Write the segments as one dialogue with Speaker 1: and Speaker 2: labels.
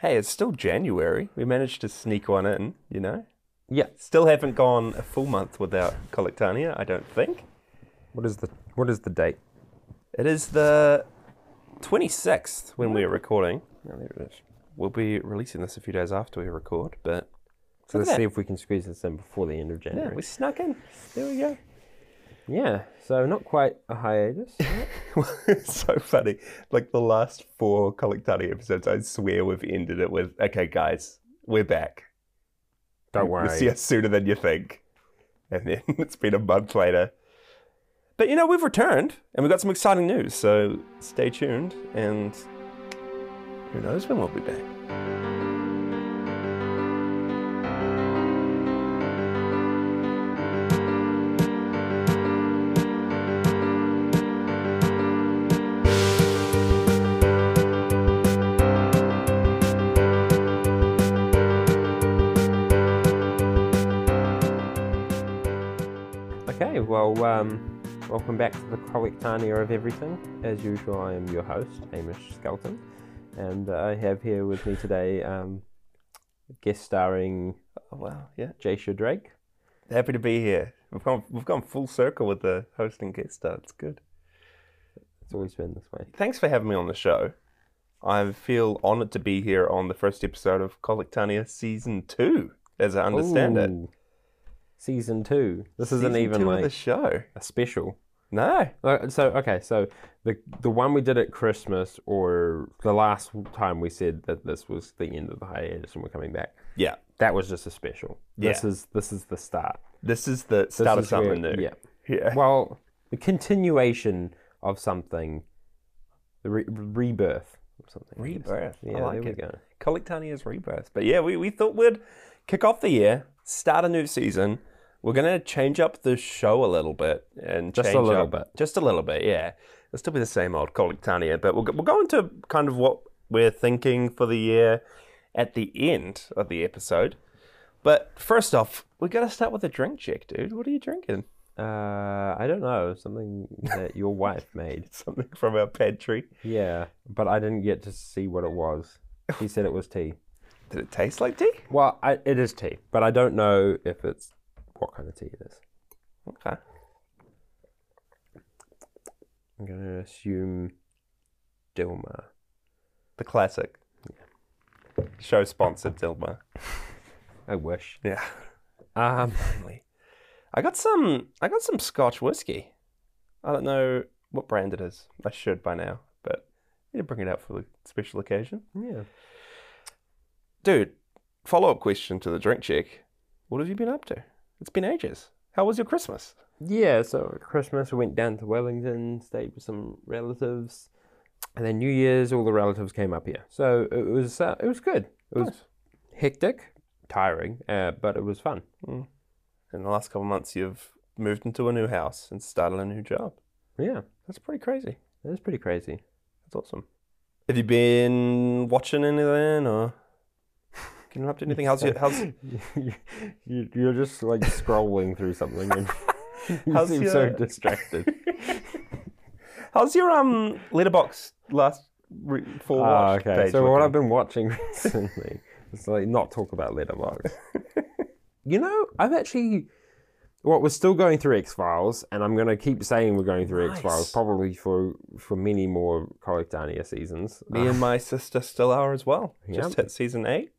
Speaker 1: Hey, it's still January. We managed to sneak one in, you know?
Speaker 2: Yeah.
Speaker 1: Still haven't gone a full month without Collectania, I don't think.
Speaker 2: What is the what is the date?
Speaker 1: It is the 26th when we're recording. No, there it is. We'll be releasing this a few days after we record, but
Speaker 2: So
Speaker 1: Look at
Speaker 2: let's see
Speaker 1: that.
Speaker 2: if we can squeeze this in before the end of
Speaker 1: yeah,
Speaker 2: January.
Speaker 1: we snuck in. There we go.
Speaker 2: Yeah. So not quite a hiatus.
Speaker 1: it's so funny. Like the last four Collectania episodes, I swear we've ended it with, okay, guys, we're back.
Speaker 2: Don't
Speaker 1: You'll see
Speaker 2: worry.
Speaker 1: us sooner than you think. And then it's been a month later. But you know, we've returned and we've got some exciting news. So stay tuned and who knows when we'll be back.
Speaker 2: Okay. Well, um, welcome back to the Collectania of Everything. As usual, I am your host Hamish Skelton, and I have here with me today um, guest starring
Speaker 1: Oh, wow. Yeah.
Speaker 2: Jasha Drake.
Speaker 1: Happy to be here. We've gone, we've gone full circle with the hosting guest star. It's good.
Speaker 2: It's always been this way.
Speaker 1: Thanks for having me on the show. I feel honored to be here on the first episode of Collectania Season 2, as I understand it.
Speaker 2: Ooh. Season two. This isn't
Speaker 1: Season
Speaker 2: even
Speaker 1: two
Speaker 2: like
Speaker 1: of the show.
Speaker 2: a special.
Speaker 1: No.
Speaker 2: Uh, So okay, so the the one we did at Christmas, or the last time we said that this was the end of the hiatus and we're coming back.
Speaker 1: Yeah.
Speaker 2: That was just a special. This
Speaker 1: Yeah.
Speaker 2: is this is the start.
Speaker 1: This is the
Speaker 2: This
Speaker 1: start of
Speaker 2: is where-
Speaker 1: something new.
Speaker 2: Yeah.
Speaker 1: Yeah.
Speaker 2: Well, the continuation of something, the re- rebirth or something. I guess.
Speaker 1: Rebirth. I
Speaker 2: Yeah,
Speaker 1: like
Speaker 2: there
Speaker 1: it.
Speaker 2: we go.
Speaker 1: Collectania's rebirth. But yeah, we, we thought we'd kick off the year, start a new season. We're gonna change up the show a little bit and
Speaker 2: Just a
Speaker 1: change
Speaker 2: little
Speaker 1: up-
Speaker 2: bit.
Speaker 1: Just a little bit, yeah. It'll still be the same old Collectania, but we'll go, we'll go into kind of what we're thinking for the year at the end of the episode. But first off, we gotta start with a drink check, dude. What are you drinking?
Speaker 2: Uh, I don't know something that your wife made.
Speaker 1: Something from our pantry.
Speaker 2: Yeah, but I didn't get to see what it was. She said it was tea.
Speaker 1: Did it taste like tea?
Speaker 2: Well, I, it is tea, but I don't know if it's what kind of tea it is.
Speaker 1: Okay.
Speaker 2: I'm gonna assume Dilma.
Speaker 1: The classic. Show sponsored, Dilma.
Speaker 2: I wish.
Speaker 1: Yeah.
Speaker 2: Um,
Speaker 1: Finally. I got some I got some Scotch whiskey. I don't know what brand it is. I should by now, but I need to bring it out for the special occasion.
Speaker 2: yeah.
Speaker 1: Dude, follow up question to the drink check. What have you been up to? It's been ages. How was your Christmas?
Speaker 2: Yeah. So at Christmas, we went down to Wellington, stayed with some relatives, and then New Year's, all the relatives came up here. So it was uh, it was good. It was hectic, tiring, uh, but it was fun.
Speaker 1: In the last couple of months you've moved into a new house and started a new job.
Speaker 2: Yeah,
Speaker 1: That's pretty crazy.
Speaker 2: it was pretty crazy.
Speaker 1: That's awesome. Have you been watching anything or getting up to anything? How's your how's
Speaker 2: you, you're just like scrolling through something and you
Speaker 1: How's
Speaker 2: seem so
Speaker 1: your-
Speaker 2: distracted.
Speaker 1: How's your um letterbox last re- four
Speaker 2: Ah,
Speaker 1: watch
Speaker 2: okay.
Speaker 1: page
Speaker 2: So what I've
Speaker 1: looking?
Speaker 2: been watching recently is like not talk about Letterbox. you know, I've actually well, we're still going through X Files, and I'm gonna keep saying we're going through X Files
Speaker 1: Nice.
Speaker 2: probably for for many more Collectania seasons.
Speaker 1: me and my sister still are as well. Just
Speaker 2: Yep.
Speaker 1: hit season eight.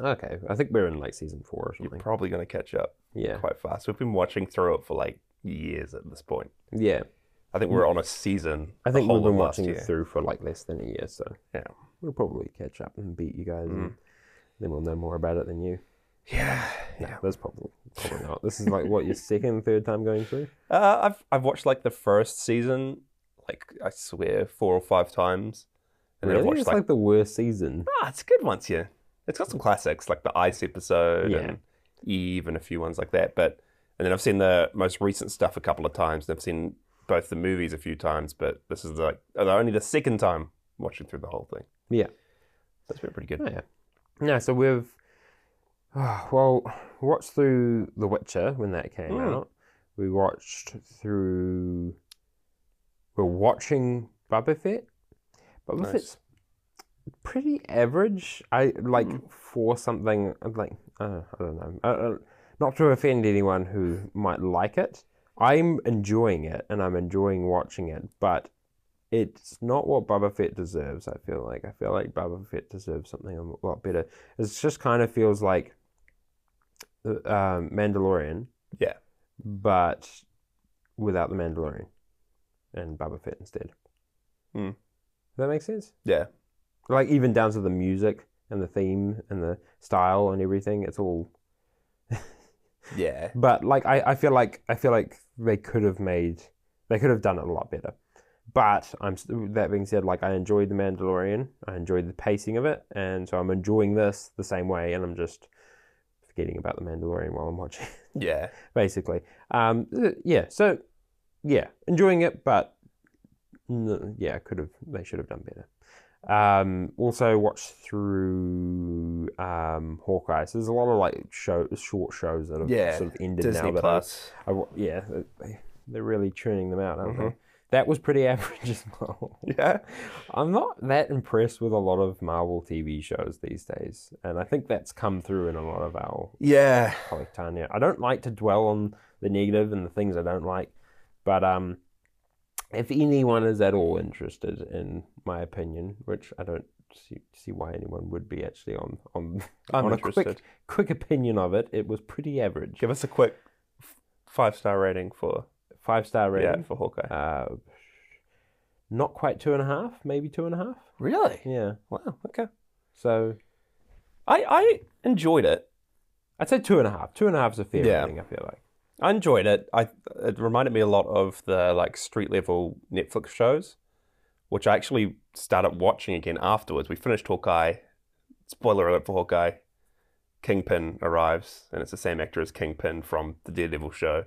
Speaker 2: Uh, okay, I think we're in like season four or
Speaker 1: You're
Speaker 2: something.
Speaker 1: probably going to catch up
Speaker 2: Yeah,
Speaker 1: quite fast. We've been watching through it for like years at this point.
Speaker 2: yeah.
Speaker 1: I think we're on a season.
Speaker 2: I
Speaker 1: the
Speaker 2: think
Speaker 1: whole
Speaker 2: we've been
Speaker 1: of last
Speaker 2: watching
Speaker 1: year.
Speaker 2: it through for like less than a year, so
Speaker 1: Yeah.
Speaker 2: we'll probably catch up and beat you guys, and then we'll know more about it than you.
Speaker 1: Yeah,
Speaker 2: No,
Speaker 1: yeah.
Speaker 2: that's probably probably not. This is like what your second, third time going through.
Speaker 1: Uh, I've I've watched like the first season, like I swear four or five times, and
Speaker 2: Really?
Speaker 1: then I've watched
Speaker 2: it's
Speaker 1: like,
Speaker 2: like the worst season.
Speaker 1: ah, it's good once you. It's got some classics like the Ice episode
Speaker 2: Yeah.
Speaker 1: and Eve and a few ones like that. But and then I've seen the most recent stuff a couple of times. And I've seen both the movies a few times, but this is like only the second time watching through the whole thing.
Speaker 2: Yeah.
Speaker 1: That's been pretty good.
Speaker 2: Oh, yeah. No, so we've ah, well watched through The Witcher when that came
Speaker 1: Mm.
Speaker 2: out. We watched through. We're watching Boba Fett. Boba
Speaker 1: Nice.
Speaker 2: Fett's pretty average. I like
Speaker 1: Hmm.
Speaker 2: for something I'm like uh, I don't know. Uh, Uh, not to offend anyone who might like it. I'm enjoying it and I'm enjoying watching it, but it's not what Boba Fett deserves. I feel like I feel like Boba Fett deserves something a lot better. It just kind of feels like uh, um, Mandalorian,
Speaker 1: Yeah.
Speaker 2: but without the Mandalorian and Boba Fett instead.
Speaker 1: Hmm.
Speaker 2: Does that make sense?
Speaker 1: Yeah.
Speaker 2: like even down to the music and the theme and the style and everything it's all
Speaker 1: Yeah.
Speaker 2: but like I, I feel like i feel like they could have made they could have done it a lot better but i'm s- that being said like i enjoyed the mandalorian i enjoyed the pacing of it and so i'm enjoying this the same way and i'm just forgetting about the mandalorian while i'm watching
Speaker 1: Yeah.
Speaker 2: basically um uh, yeah so yeah enjoying it but n- yeah could have they should have done better um also watched through um hawkeye so there's a lot of like show short shows that have
Speaker 1: Yeah,
Speaker 2: sort of ended
Speaker 1: Disney
Speaker 2: now that
Speaker 1: Plus.
Speaker 2: I, I wa- yeah they- they're really churning them out aren't they that was pretty average as well
Speaker 1: Mm-hmm. Yeah.
Speaker 2: i'm not that impressed with a lot of marvel tv shows these days and i think that's come through in a lot of our
Speaker 1: Yeah.
Speaker 2: Colleague Tanya. I don't like to dwell on the negative and the things I don't like, but um, if anyone is at all interested in my opinion, which I don't see, see why anyone would be actually on on
Speaker 1: I'm
Speaker 2: on
Speaker 1: interested.
Speaker 2: a quick quick opinion of it, it was pretty average.
Speaker 1: Give us a quick five star rating for
Speaker 2: Five star
Speaker 1: yeah
Speaker 2: rating.
Speaker 1: for Hawkeye.
Speaker 2: Uh, not quite two and a half, maybe two and a half.
Speaker 1: Really?
Speaker 2: Yeah.
Speaker 1: Wow. Okay.
Speaker 2: So
Speaker 1: I I enjoyed it.
Speaker 2: I'd say two and a half. Two and a half is a fair
Speaker 1: Yeah.
Speaker 2: rating. I feel like.
Speaker 1: I enjoyed it. I it reminded me a lot of the like street level Netflix shows, which I actually started watching again afterwards. We finished Hawkeye. Spoiler alert for Hawkeye. Kingpin arrives, and it's the same actor as Kingpin from the Daredevil show.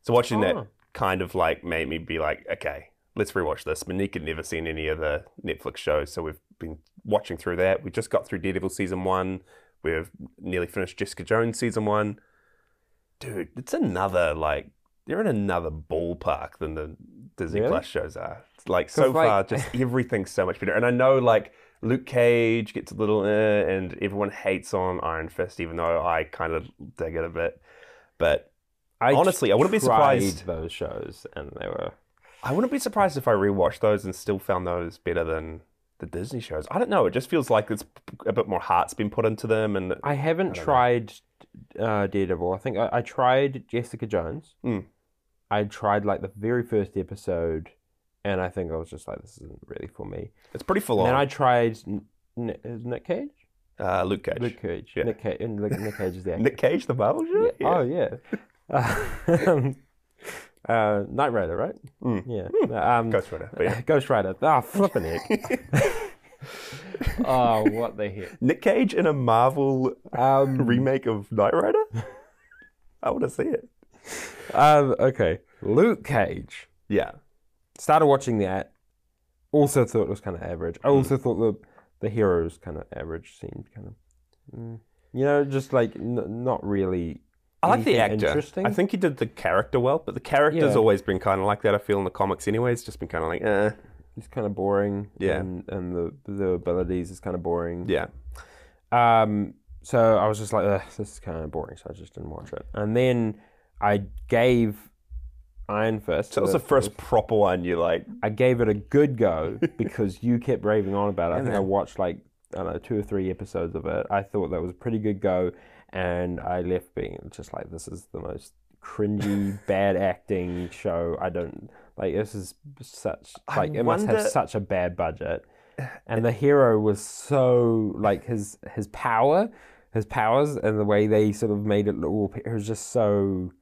Speaker 1: So watching that
Speaker 2: Oh.
Speaker 1: kind of like made me be like, okay, let's rewatch this. Monique had never seen any of the Netflix shows, so we've been watching through that. We just got through Daredevil season one. We've nearly finished Jessica Jones season one. Dude, it's another like they're in another ballpark than the Disney
Speaker 2: Really?
Speaker 1: Plus shows are. It's like so
Speaker 2: like-
Speaker 1: far, just everything's so much better. And I know like Luke Cage gets a little, eh, and everyone hates on Iron Fist, even though I kind of dig it a bit. But
Speaker 2: I
Speaker 1: Honestly, I wouldn't be
Speaker 2: tried
Speaker 1: surprised-
Speaker 2: Those shows and they were.
Speaker 1: I wouldn't be surprised if I rewatched those and still found those better than the Disney shows. I don't know. It just feels like it's a bit more heart's been put into them, and
Speaker 2: I haven't
Speaker 1: don't know.
Speaker 2: tried uh, Daredevil. I think I, I tried Jessica Jones.
Speaker 1: Mm.
Speaker 2: I tried like the very first episode, and I think I was just like, this isn't really for me.
Speaker 1: it's pretty full
Speaker 2: And then
Speaker 1: on.
Speaker 2: I tried N- N- is Nick Cage.
Speaker 1: uh, Luke Cage.
Speaker 2: Nick Cage.
Speaker 1: Yeah.
Speaker 2: Nick, Ca- and Nick, Nick Cage is the actor.
Speaker 1: Nick Cage, the Marvel
Speaker 2: Yeah.
Speaker 1: show.
Speaker 2: Oh yeah. um, uh, Knight Rider, right?
Speaker 1: Mm.
Speaker 2: Yeah. Um,
Speaker 1: Ghost Rider. But yeah.
Speaker 2: Ghost Rider. Ah, flipping heck. oh, what the heck.
Speaker 1: Nick Cage in a Marvel
Speaker 2: Um,
Speaker 1: remake of Knight Rider. I want to see it.
Speaker 2: um, okay. Luke Cage.
Speaker 1: Yeah.
Speaker 2: started watching that. Also thought it was kind of average.
Speaker 1: Hmm.
Speaker 2: I also thought the the heroes kind of average seemed kind of, mm, you know, just like n- not really.
Speaker 1: I like the
Speaker 2: anything
Speaker 1: actor.
Speaker 2: Interesting.
Speaker 1: I think he did the character well, but the character's
Speaker 2: Yeah.
Speaker 1: always been kind of like that. I feel in the comics, anyway. It's just been kind of like, eh.
Speaker 2: it's kind of boring.
Speaker 1: Yeah.
Speaker 2: And, and the the abilities is kind of boring.
Speaker 1: Yeah.
Speaker 2: Um, so I was just like, "Ugh, this is kind of boring, so I just didn't watch it. And then I gave Iron Fist.
Speaker 1: So that was the first proper one you like.
Speaker 2: I gave it a good go because you kept raving on about it. I think I
Speaker 1: man.
Speaker 2: watched like I don't know two or three episodes of it. I thought that was a pretty good go, and I left being just like, this is the most cringy, bad acting show. I don't like this is such
Speaker 1: I
Speaker 2: like it must have
Speaker 1: wonder-
Speaker 2: such a bad budget, and the hero was so like his his power, his powers, and the way they sort of made it look all it was just so.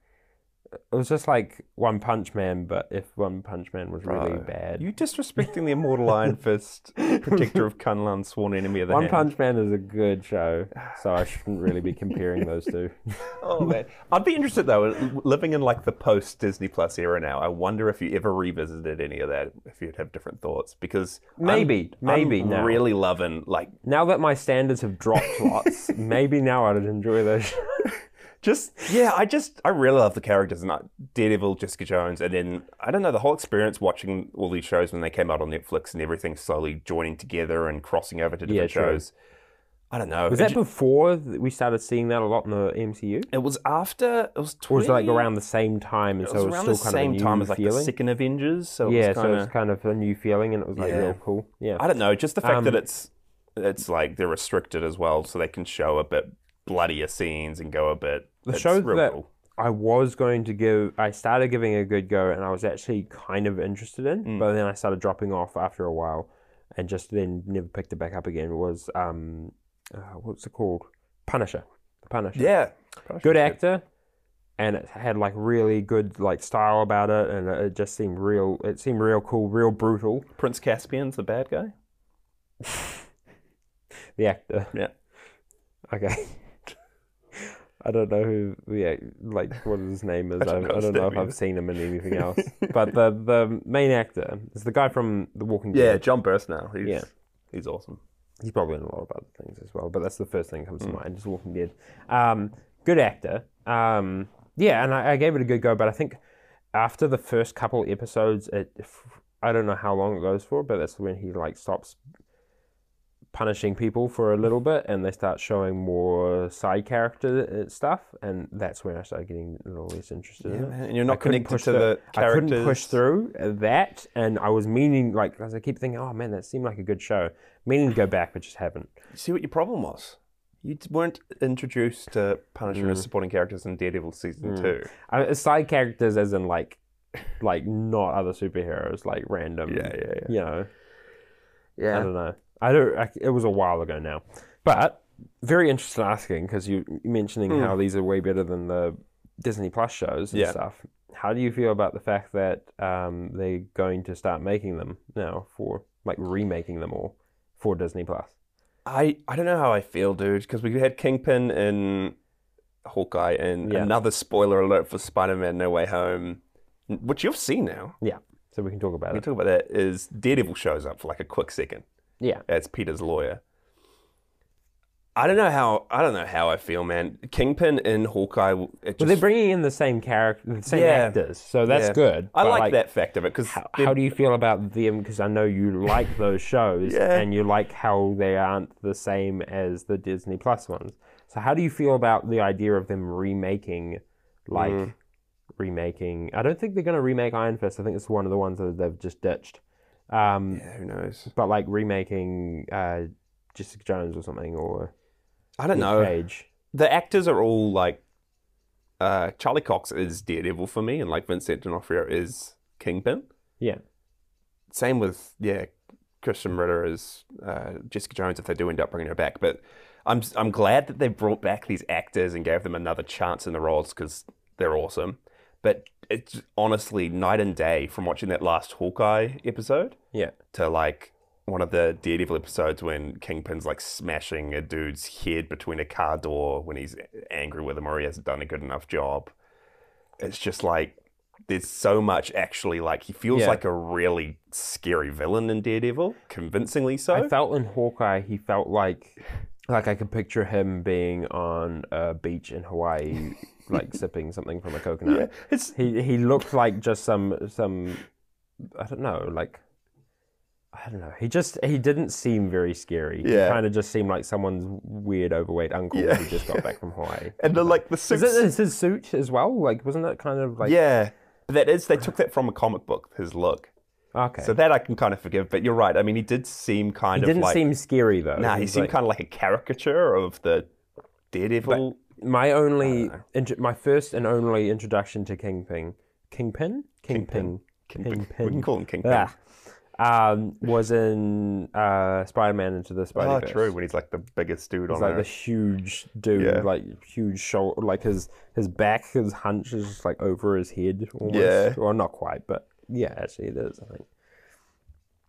Speaker 2: It was just like One Punch Man, but if One Punch Man was really
Speaker 1: Bro,
Speaker 2: bad.
Speaker 1: You disrespecting the immortal Iron Fist, protector of Kunlun, sworn enemy of the
Speaker 2: One
Speaker 1: hand.
Speaker 2: Punch Man is a good show, so I shouldn't really be comparing those two.
Speaker 1: Oh man, I'd be interested though. Living in like the post Disney Plus era now, I wonder if you ever revisited any of that. If you'd have different thoughts, because I'm-
Speaker 2: Maybe, maybe
Speaker 1: I'm
Speaker 2: now.
Speaker 1: really loving like
Speaker 2: Now that my standards have dropped lots, maybe now I'd enjoy those.
Speaker 1: just yeah, I just I really love the characters and I, Daredevil, Jessica Jones, and then I don't know the whole experience watching all these shows when they came out on Netflix and everything slowly joining together and crossing over to
Speaker 2: Yeah,
Speaker 1: different
Speaker 2: true.
Speaker 1: shows. I don't know.
Speaker 2: Was
Speaker 1: it,
Speaker 2: that
Speaker 1: ju-
Speaker 2: before th- we started seeing that a lot in the MCU?
Speaker 1: it was after it was
Speaker 2: Or was it like
Speaker 1: 20
Speaker 2: around the same time, and
Speaker 1: it
Speaker 2: so
Speaker 1: was
Speaker 2: it was
Speaker 1: around
Speaker 2: still
Speaker 1: the
Speaker 2: kind of
Speaker 1: same
Speaker 2: a new
Speaker 1: time as like
Speaker 2: feeling?
Speaker 1: the second Avengers, so it
Speaker 2: yeah,
Speaker 1: was
Speaker 2: so
Speaker 1: kind
Speaker 2: it was
Speaker 1: of
Speaker 2: kind of a new feeling, and it was like
Speaker 1: Yeah.
Speaker 2: real cool. Yeah,
Speaker 1: I don't know, just the fact
Speaker 2: Um,
Speaker 1: that it's it's like they're restricted as well, so they can show a bit bloodier scenes and go a bit.
Speaker 2: the
Speaker 1: it's
Speaker 2: shows
Speaker 1: real
Speaker 2: that
Speaker 1: cool.
Speaker 2: I was going to give, I started giving it a good go, and I was actually kind of interested in, but then I started dropping off after a while, and just then never picked it back up again. Was um, uh, what's it called? Punisher. The Punisher.
Speaker 1: yeah,
Speaker 2: good actor, and it had like really good like style about it, and it, it just seemed real. It seemed real cool, real brutal.
Speaker 1: Prince Caspian's the bad guy.
Speaker 2: The actor.
Speaker 1: Yeah.
Speaker 2: Okay. I don't know who, yeah, like what his name is. I,
Speaker 1: don't
Speaker 2: I
Speaker 1: know his
Speaker 2: don't know if
Speaker 1: name
Speaker 2: I've
Speaker 1: either.
Speaker 2: seen him in anything else. but the the main actor is the guy from The Walking
Speaker 1: Yeah,
Speaker 2: Dead.
Speaker 1: John Burstnow. He's,
Speaker 2: Yeah.
Speaker 1: he's awesome.
Speaker 2: He's probably in a lot of other things as well, but that's the first thing that comes to mind. Just Walking Dead. Um, good actor. Um, yeah, and I, I gave it a good go, but I think after the first couple episodes, it f- I don't know how long it goes for, but that's when he like stops punishing people for a little bit, and they start showing more side character uh, stuff, and that's when I started getting a little less interested. in it.
Speaker 1: and you're
Speaker 2: I
Speaker 1: not
Speaker 2: couldn't
Speaker 1: connected
Speaker 2: push
Speaker 1: to the
Speaker 2: through- I
Speaker 1: characters.
Speaker 2: couldn't push through that, and I was meaning like as I keep thinking, oh man, that seemed like a good show. Meaning to go back, but just haven't.
Speaker 1: See what your problem was. You d- weren't introduced to Punisher as supporting characters in Daredevil season two.
Speaker 2: I, uh, side characters, as in like, like not other superheroes, like random.
Speaker 1: Yeah, yeah, yeah.
Speaker 2: You know, I
Speaker 1: Yeah,
Speaker 2: don't know. I don't. I, it was a while ago now, but very interesting asking because you you mentioning how these are way better than the Disney Plus shows
Speaker 1: Hmm.
Speaker 2: and
Speaker 1: Yeah.
Speaker 2: stuff. How do you feel about the fact that um, they're going to start making them now for like remaking them all for Disney Plus?
Speaker 1: I, I don't know how I feel, dude, because we had Kingpin in Hawkeye and
Speaker 2: Yeah.
Speaker 1: another spoiler alert for Spider-Man: No Way Home, n- which you've seen now.
Speaker 2: Yeah, so we can talk about
Speaker 1: We
Speaker 2: it.
Speaker 1: talk about that. Is Daredevil shows up for like a quick second
Speaker 2: Yeah,
Speaker 1: as Peter's lawyer. I don't know how I don't know how I feel, man. Kingpin in Hawkeye. w- It
Speaker 2: but
Speaker 1: just
Speaker 2: they're bringing in the same character, the same
Speaker 1: Yeah.
Speaker 2: actors, so that's
Speaker 1: Yeah.
Speaker 2: good.
Speaker 1: I
Speaker 2: but,
Speaker 1: like, that fact of it because
Speaker 2: How, how do you feel about them? Because I know you like those shows,
Speaker 1: Yeah.
Speaker 2: and you like how they aren't the same as the Disney Plus ones. So how do you feel about the idea of them remaking, like,
Speaker 1: Mm.
Speaker 2: remaking? I don't think they're going to remake Iron Fist. I think it's one of the ones that they've just ditched. Um,
Speaker 1: who knows?
Speaker 2: But like remaking uh, Jessica Jones or something, or
Speaker 1: I don't know.
Speaker 2: Cage.
Speaker 1: The actors are all like uh, Charlie Cox is Daredevil for me, and like Vincent D'Onofrio is Kingpin.
Speaker 2: Yeah,
Speaker 1: Same with yeah, Christian Ritter is uh, Jessica Jones if they do end up bringing her back. But I'm I'm glad that they brought back these actors and gave them another chance in the roles because they're awesome. But it's honestly night and day from watching that last Hawkeye episode.
Speaker 2: yeah.
Speaker 1: to like one of the Daredevil episodes when Kingpin's like smashing a dude's head between a car door when he's angry with him or he hasn't done a good enough job. It's just like there's so much actually like he feels
Speaker 2: Yeah.
Speaker 1: like a really scary villain in Daredevil, convincingly
Speaker 2: I
Speaker 1: so.
Speaker 2: felt in Hawkeye, he felt like like I could picture him being on a beach in Hawaii, like sipping something from a
Speaker 1: Yeah,
Speaker 2: coconut.
Speaker 1: it's
Speaker 2: He he looked like just some some I don't know, like I don't know. He just he didn't seem very scary.
Speaker 1: Yeah.
Speaker 2: He kind of just seemed like someone's weird overweight uncle
Speaker 1: Yeah.
Speaker 2: who just got back from Hawaii.
Speaker 1: and the like the
Speaker 2: Is
Speaker 1: suits.
Speaker 2: it is his suit as well? Like wasn't that kind of like
Speaker 1: yeah, but that is they took that from a comic book. His look,
Speaker 2: okay.
Speaker 1: so that I can kind of forgive. But you're right. I mean, he did seem
Speaker 2: he
Speaker 1: kind of
Speaker 2: didn't
Speaker 1: like
Speaker 2: seem scary though.
Speaker 1: nah. He
Speaker 2: was
Speaker 1: seemed
Speaker 2: like-
Speaker 1: kind of like a caricature of the Daredevil.
Speaker 2: my only
Speaker 1: Uh.
Speaker 2: intro my first and only introduction to Kingpin, Kingpin, Kingpin, Kingpin,
Speaker 1: We can call him Kingpin.
Speaker 2: Ah. um, was in uh, Spider-Man into the
Speaker 1: Oh,
Speaker 2: Spider-Verse.
Speaker 1: true. When he's like the biggest dude on
Speaker 2: It's like the
Speaker 1: earth.
Speaker 2: huge dude,
Speaker 1: Yeah.
Speaker 2: like huge shoulder, like his his back, his hunch is just like over his head almost.
Speaker 1: Yeah.
Speaker 2: Or not quite, but yeah, actually it is. I think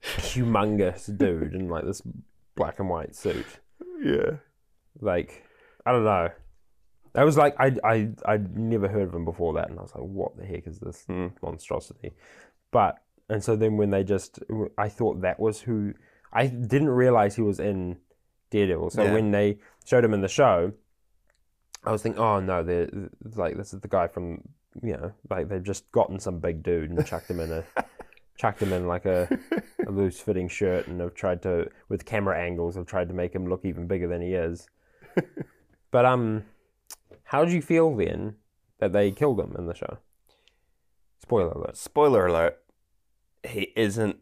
Speaker 2: humongous dude in like this black and white suit.
Speaker 1: Yeah.
Speaker 2: like I don't know. I was like I I I'd never heard of him before that, and I was like, what the heck is this monstrosity? But and so then when they just I thought that was who I didn't realize he was in Daredevil. So
Speaker 1: Yeah.
Speaker 2: when they showed him in the show, I was thinking, oh no, they're like this is the guy from you know like they've just gotten some big dude and chucked him in a chucked him in like a, a loose fitting shirt and have tried to with camera angles have tried to make him look even bigger than he is. but um, how did you feel then that they killed him in the show? Spoiler alert.
Speaker 1: Spoiler alert: He isn't.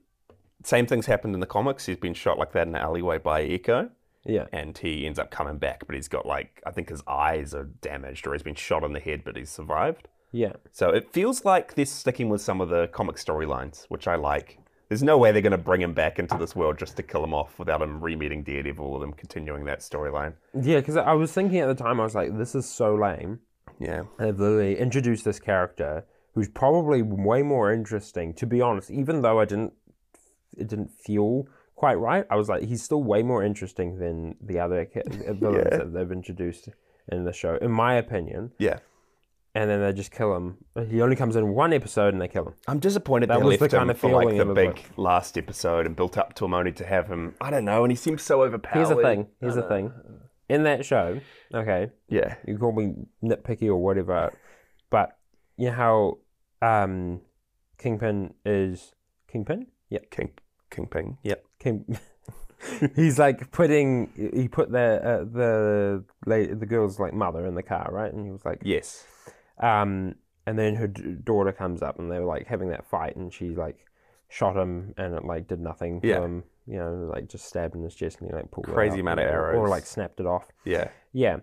Speaker 1: Same things happened in the comics. He's been shot like that in an alleyway by Echo,
Speaker 2: Yeah.
Speaker 1: and he ends up coming back, but he's got like I think his eyes are damaged, or he's been shot in the head, but he's survived.
Speaker 2: Yeah.
Speaker 1: So it feels like they're sticking with some of the comic storylines, which I like. There's no way they're going to bring him back into this world just to kill him off without him re-meeting Daredevil or them continuing that storyline.
Speaker 2: Yeah, because I was thinking at the time, I was like, this is so lame.
Speaker 1: Yeah,
Speaker 2: They've literally introduced this character who's probably way more interesting, to be honest, even though I didn't it didn't feel quite right. I was like, he's still way more interesting than the other ca- villains
Speaker 1: Yeah.
Speaker 2: that they've introduced in the show, in my opinion.
Speaker 1: yeah.
Speaker 2: And then they just kill him. He only comes in one episode and they kill him.
Speaker 1: I'm disappointed
Speaker 2: That
Speaker 1: they
Speaker 2: was
Speaker 1: left
Speaker 2: the
Speaker 1: him
Speaker 2: kind of
Speaker 1: for like
Speaker 2: feeling
Speaker 1: the
Speaker 2: it was
Speaker 1: big
Speaker 2: like-
Speaker 1: last episode and built up to him only to have him. I don't know, and he seems so overpowered.
Speaker 2: Here's the thing. Here's the thing. In that show, okay,
Speaker 1: Yeah,
Speaker 2: you call me nitpicky or whatever, but you know how um, Kingpin is Kingpin? Yeah,
Speaker 1: King Kingpin.
Speaker 2: yep. King. He's like putting he put the uh, the la- the girl's like mother in the car, right? And he was like,
Speaker 1: Yes.
Speaker 2: um, and then her d- daughter comes up and they were like having that fight, and she like shot him and it like did nothing to
Speaker 1: Yeah.
Speaker 2: him, you know, like just stabbed in his chest and he like pulled it
Speaker 1: Crazy
Speaker 2: out,
Speaker 1: amount of
Speaker 2: or- or
Speaker 1: arrows.
Speaker 2: like snapped it off.
Speaker 1: Yeah.
Speaker 2: Yeah.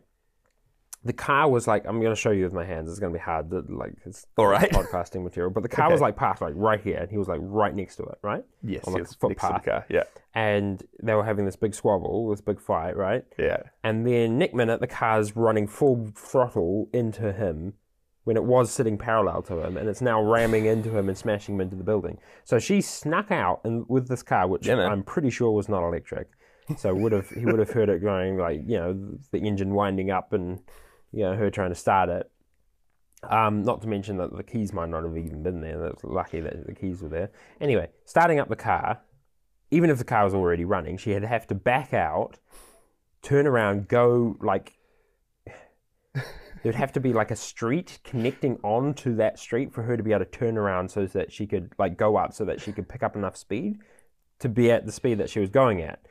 Speaker 2: The car was like, I'm going to show you with my hands. It's going to be hard. To, like, it's
Speaker 1: All right.
Speaker 2: podcasting material. But the car was
Speaker 1: Okay.
Speaker 2: like parked like right here, and he was like right next to it, right?
Speaker 1: Yes.
Speaker 2: On the
Speaker 1: yes. Next to the
Speaker 2: footpath.
Speaker 1: car. Yeah.
Speaker 2: And they were having this big squabble, this big fight, right?
Speaker 1: Yeah.
Speaker 2: And then Nick minute, the car's running full throttle into him when it was sitting parallel to him, and it's now ramming into him and smashing him into the building. So she snuck out and with this car, which
Speaker 1: man.
Speaker 2: I'm pretty sure was not electric. So would have he would have heard it going like you know the engine winding up and you know her trying to start it. Um, not to mention that the keys might not have even been there. That's lucky that the keys were there. Anyway, starting up the car, even if the car was already running, she'd have to back out, turn around, go like. There'd have to be like a street connecting onto that street for her to be able to turn around so that she could like go up so that she could pick up enough speed to be at the speed that she was going at.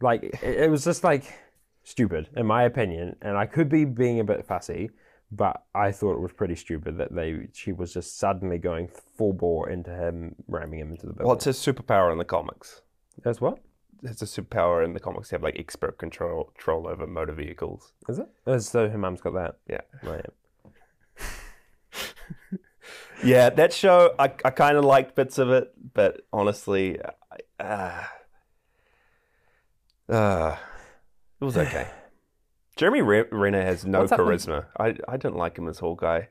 Speaker 2: Like it, it was just like stupid in my opinion, and I could be being a bit fussy, but I thought it was pretty stupid that they she was just suddenly going full bore into him, ramming him into the building.
Speaker 1: Well, it's a superpower in the comics.
Speaker 2: That's what
Speaker 1: It's a superpower in the comics to have like expert control control over motor vehicles.
Speaker 2: is it? As though her mum's got that.
Speaker 1: Yeah.
Speaker 2: Right.
Speaker 1: Yeah, that show I, I kind of liked bits of it, but honestly, I- uh, uh, it was okay. Jeremy Re- Renner has no
Speaker 2: What's up with-
Speaker 1: charisma. I I didn't like him as Hall guy.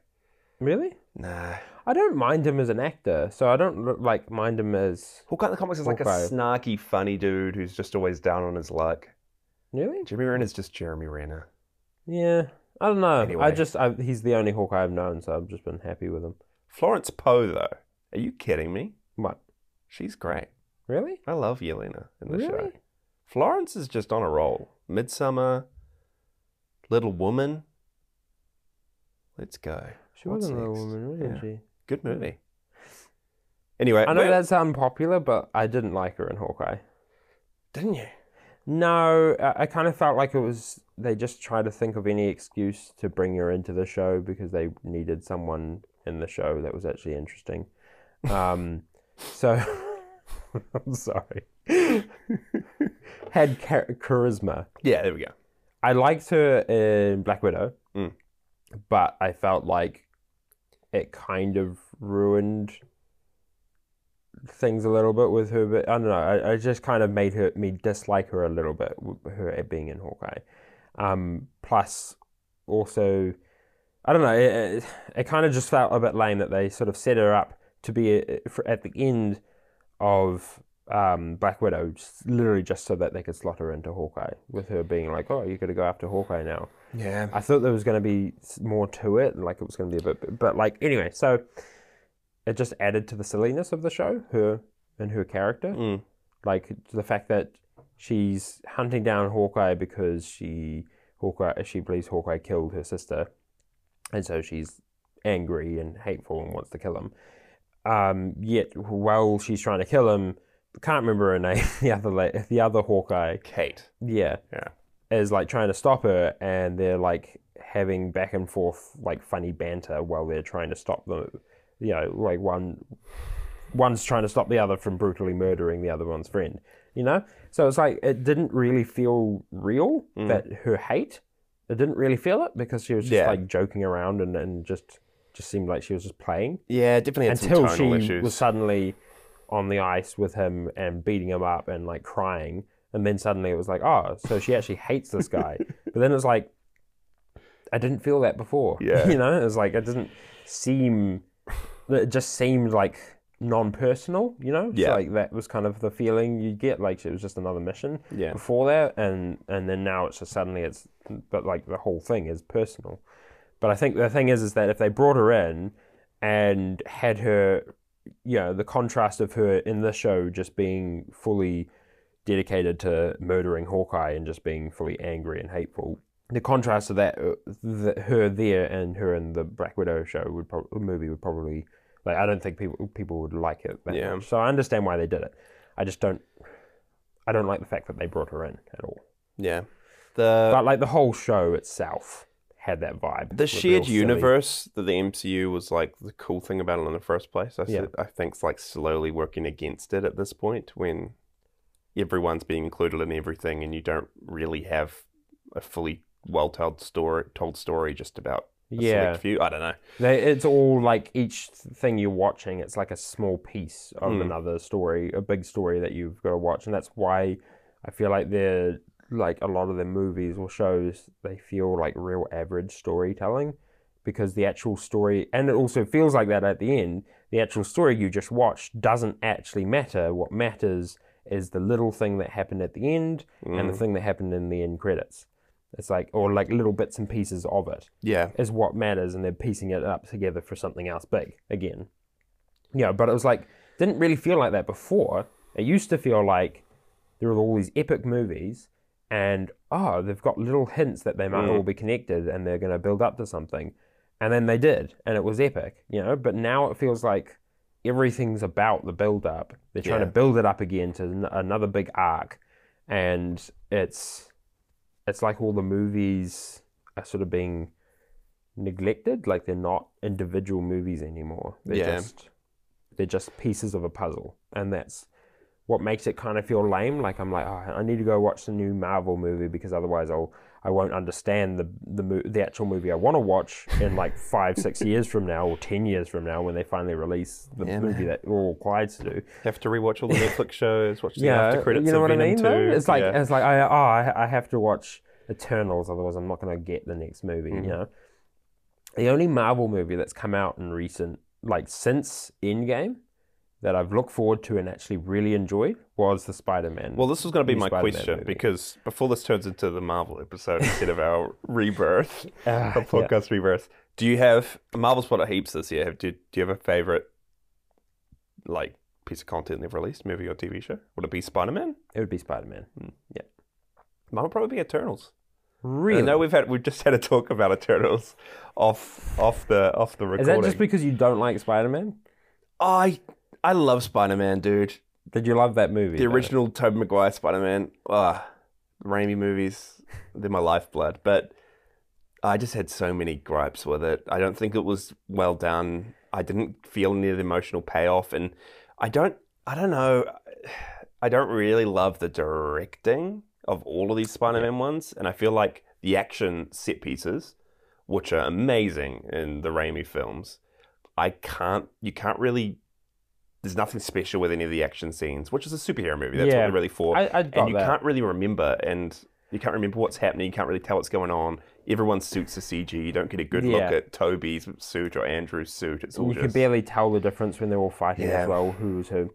Speaker 2: Really?
Speaker 1: Nah,
Speaker 2: I don't mind him as an actor, so I don't look like mind him as
Speaker 1: Hawkeye in the comics is like
Speaker 2: Hawkeye.
Speaker 1: a snarky, funny dude who's just always down on his luck.
Speaker 2: really.
Speaker 1: Jeremy Renner's just Jeremy Renner.
Speaker 2: Yeah, I don't know. I
Speaker 1: Anyway.
Speaker 2: just I, he's the only Hawkeye I've known, so I've just been happy with him.
Speaker 1: Florence Poe though, are you kidding me?
Speaker 2: What?
Speaker 1: She's great.
Speaker 2: Really?
Speaker 1: I love Yelena in the show.
Speaker 2: Really?
Speaker 1: Florence is just on a roll. Midsummer, Little Woman. Let's go.
Speaker 2: She
Speaker 1: What's
Speaker 2: was another
Speaker 1: next?
Speaker 2: woman, wasn't
Speaker 1: Yeah.
Speaker 2: she?
Speaker 1: Good movie. Anyway,
Speaker 2: I know
Speaker 1: wait,
Speaker 2: that's unpopular, but I didn't like her in Hawkeye.
Speaker 1: didn't you?
Speaker 2: No, I, I kind of felt like it was they just tried to think of any excuse to bring her into the show because they needed someone in the show that was actually interesting. Um, so I'm sorry. Had char- charisma.
Speaker 1: Yeah, there we go.
Speaker 2: I liked her in Black Widow,
Speaker 1: Mm.
Speaker 2: but I felt like it kind of ruined things a little bit with her. But I don't know. I, I just kind of made her me dislike her a little bit. w- Her being in Hawkeye, um, plus also, I don't know. It, it, it kind of just felt a bit lame that they sort of set her up to be a, for, at the end of um, Black Widow, just, literally just so that they could slot her into Hawkeye, with her being like, "Oh, you got to go after Hawkeye now."
Speaker 1: Yeah.
Speaker 2: I thought there was going to be s- more to it, like it was going to be a bit, but like anyway, so it just added to the silliness of the show, her and her character,
Speaker 1: Mm.
Speaker 2: like to the fact that she's hunting down Hawkeye because she Hawkeye. She believes Hawkeye killed her sister, and so she's angry and hateful and wants to kill him. Um, yet while she's trying to kill him, can't remember her name. The other la- the other Hawkeye,
Speaker 1: Kate.
Speaker 2: yeah,
Speaker 1: Yeah.
Speaker 2: is like trying to stop her, and they're like having back and forth like funny banter while they're trying to stop them. You know, like one one's trying to stop the other from brutally murdering the other one's friend. You know, so it's like it didn't really feel real that her hate. It didn't really feel it because she was just
Speaker 1: Yeah.
Speaker 2: like joking around and, and just just seemed like she was just playing
Speaker 1: Yeah, definitely had
Speaker 2: until
Speaker 1: some
Speaker 2: she
Speaker 1: tonal issues.
Speaker 2: was suddenly on the ice with him and beating him up and like crying and then suddenly it was like oh so she actually hates this guy but then it was like i didn't feel that before
Speaker 1: Yeah.
Speaker 2: you know it was like it didn't seem it just seemed like non-personal you know It's
Speaker 1: Yeah.
Speaker 2: like that was kind of the feeling you get like it was just another mission
Speaker 1: Yeah.
Speaker 2: before that and and then now it's just suddenly it's but like the whole thing is personal but i think the thing is is that if they brought her in and had her you know the contrast of her in the show just being fully dedicated to murdering hawkeye and just being fully angry and hateful the contrast of that uh, th- her there and her in the black widow show would prob- movie would probably like i don't think people people would like it that
Speaker 1: Yeah.
Speaker 2: much. so i understand why they did it i just don't i don't like the fact that they brought her in at all
Speaker 1: yeah. The
Speaker 2: but like the whole show itself had that vibe
Speaker 1: Uh, the
Speaker 2: Real
Speaker 1: shared
Speaker 2: silly.
Speaker 1: universe that the MCU was like the cool thing about it in the first place. I, s-
Speaker 2: Yeah.
Speaker 1: I think it's like slowly working against it at this point when everyone's being included in everything and you don't really have a fully well told story told story just about a
Speaker 2: yeah
Speaker 1: select few. I don't know.
Speaker 2: They, it's all like each thing you're watching, it's like a small piece of another story, a big story that you've got to watch. And that's why I feel like they're like a lot of the movies or shows, they feel like real average storytelling because the actual story, and it also feels like that at the end, the actual story you just watched doesn't actually matter. What matters is the little thing that happened at the end and the thing that happened in the end credits. It's like, or like little bits and pieces of it
Speaker 1: Yeah.
Speaker 2: is what matters, and they're piecing it up together for something else big again. Yeah, but it was like didn't really feel like that before. It used to feel like there were all these epic movies, and oh, they've got little hints that they might all be connected, and they're going to build up to something, and then they did, and it was epic, you know. But now it feels like everything's about the build up. They're trying
Speaker 1: Yeah.
Speaker 2: to build it up again to n- another big arc, and it's it's like all the movies are sort of being neglected like they're not individual movies anymore they're
Speaker 1: Yeah.
Speaker 2: just they're just pieces of a puzzle and that's what makes it kind of feel lame like i'm like oh, i need to go watch the new marvel movie because otherwise i'll i won't understand the the, mo- the actual movie i want to watch in like five six years from now or ten years from now when they finally release the
Speaker 1: Yeah,
Speaker 2: movie that we're all required to do
Speaker 1: Have to rewatch all the Netflix shows, watch the after credits
Speaker 2: you know
Speaker 1: of
Speaker 2: what I
Speaker 1: Venom
Speaker 2: mean. though?
Speaker 1: 2.
Speaker 2: It's like
Speaker 1: yeah.
Speaker 2: it's like I oh I, I have to watch Eternals, otherwise I'm not going to get the next movie.
Speaker 1: Mm.
Speaker 2: You know, the only Marvel movie that's come out in recent, like since Endgame, that I've looked forward to and actually really enjoyed was the Spider-Man.
Speaker 1: Well, this was going to be
Speaker 2: New
Speaker 1: my
Speaker 2: Spider-Man
Speaker 1: question
Speaker 2: movie.
Speaker 1: because before this turns into the Marvel episode instead of our rebirth,
Speaker 2: Ah,
Speaker 1: our
Speaker 2: yeah.
Speaker 1: podcast rebirth, do you have Marvel's bought a heaps this year? Have, do, do you have a favorite like piece of content they've released, movie or TV show? Would it be Spider Man?
Speaker 2: it would be Spider-Man.
Speaker 1: Mm. Mine would probably be Eternals.
Speaker 2: Really?
Speaker 1: I know we've had we've just had a talk about Eternals off off the off the
Speaker 2: Is
Speaker 1: recording.
Speaker 2: that just because you don't like Spider-Man?
Speaker 1: I I love Spider Man, dude.
Speaker 2: Did you love that movie?
Speaker 1: The
Speaker 2: though?
Speaker 1: original Tobey Maguire Spider Man, ah, Raimi movies, they're my lifeblood. But I just had so many gripes with it. I don't think it was well done. I didn't feel any of the emotional payoff, and I don't, I don't know, I don't really love the directing of all of these Spider Man ones, and I feel like the action set pieces, which are amazing in the Raimi films, I can't, you can't really. There's nothing special with any of the action scenes, which is a superhero movie. That's what
Speaker 2: Yeah.
Speaker 1: they're really for
Speaker 2: I, I got
Speaker 1: and you
Speaker 2: that.
Speaker 1: can't really remember and you can't remember what's happening you can't really tell what's going on everyone's suits are cg you don't get a good look
Speaker 2: Yeah.
Speaker 1: at toby's suit or andrew's suit it's all
Speaker 2: You
Speaker 1: just
Speaker 2: can barely tell the difference when they're all fighting
Speaker 1: Yeah.
Speaker 2: as well. Who's who?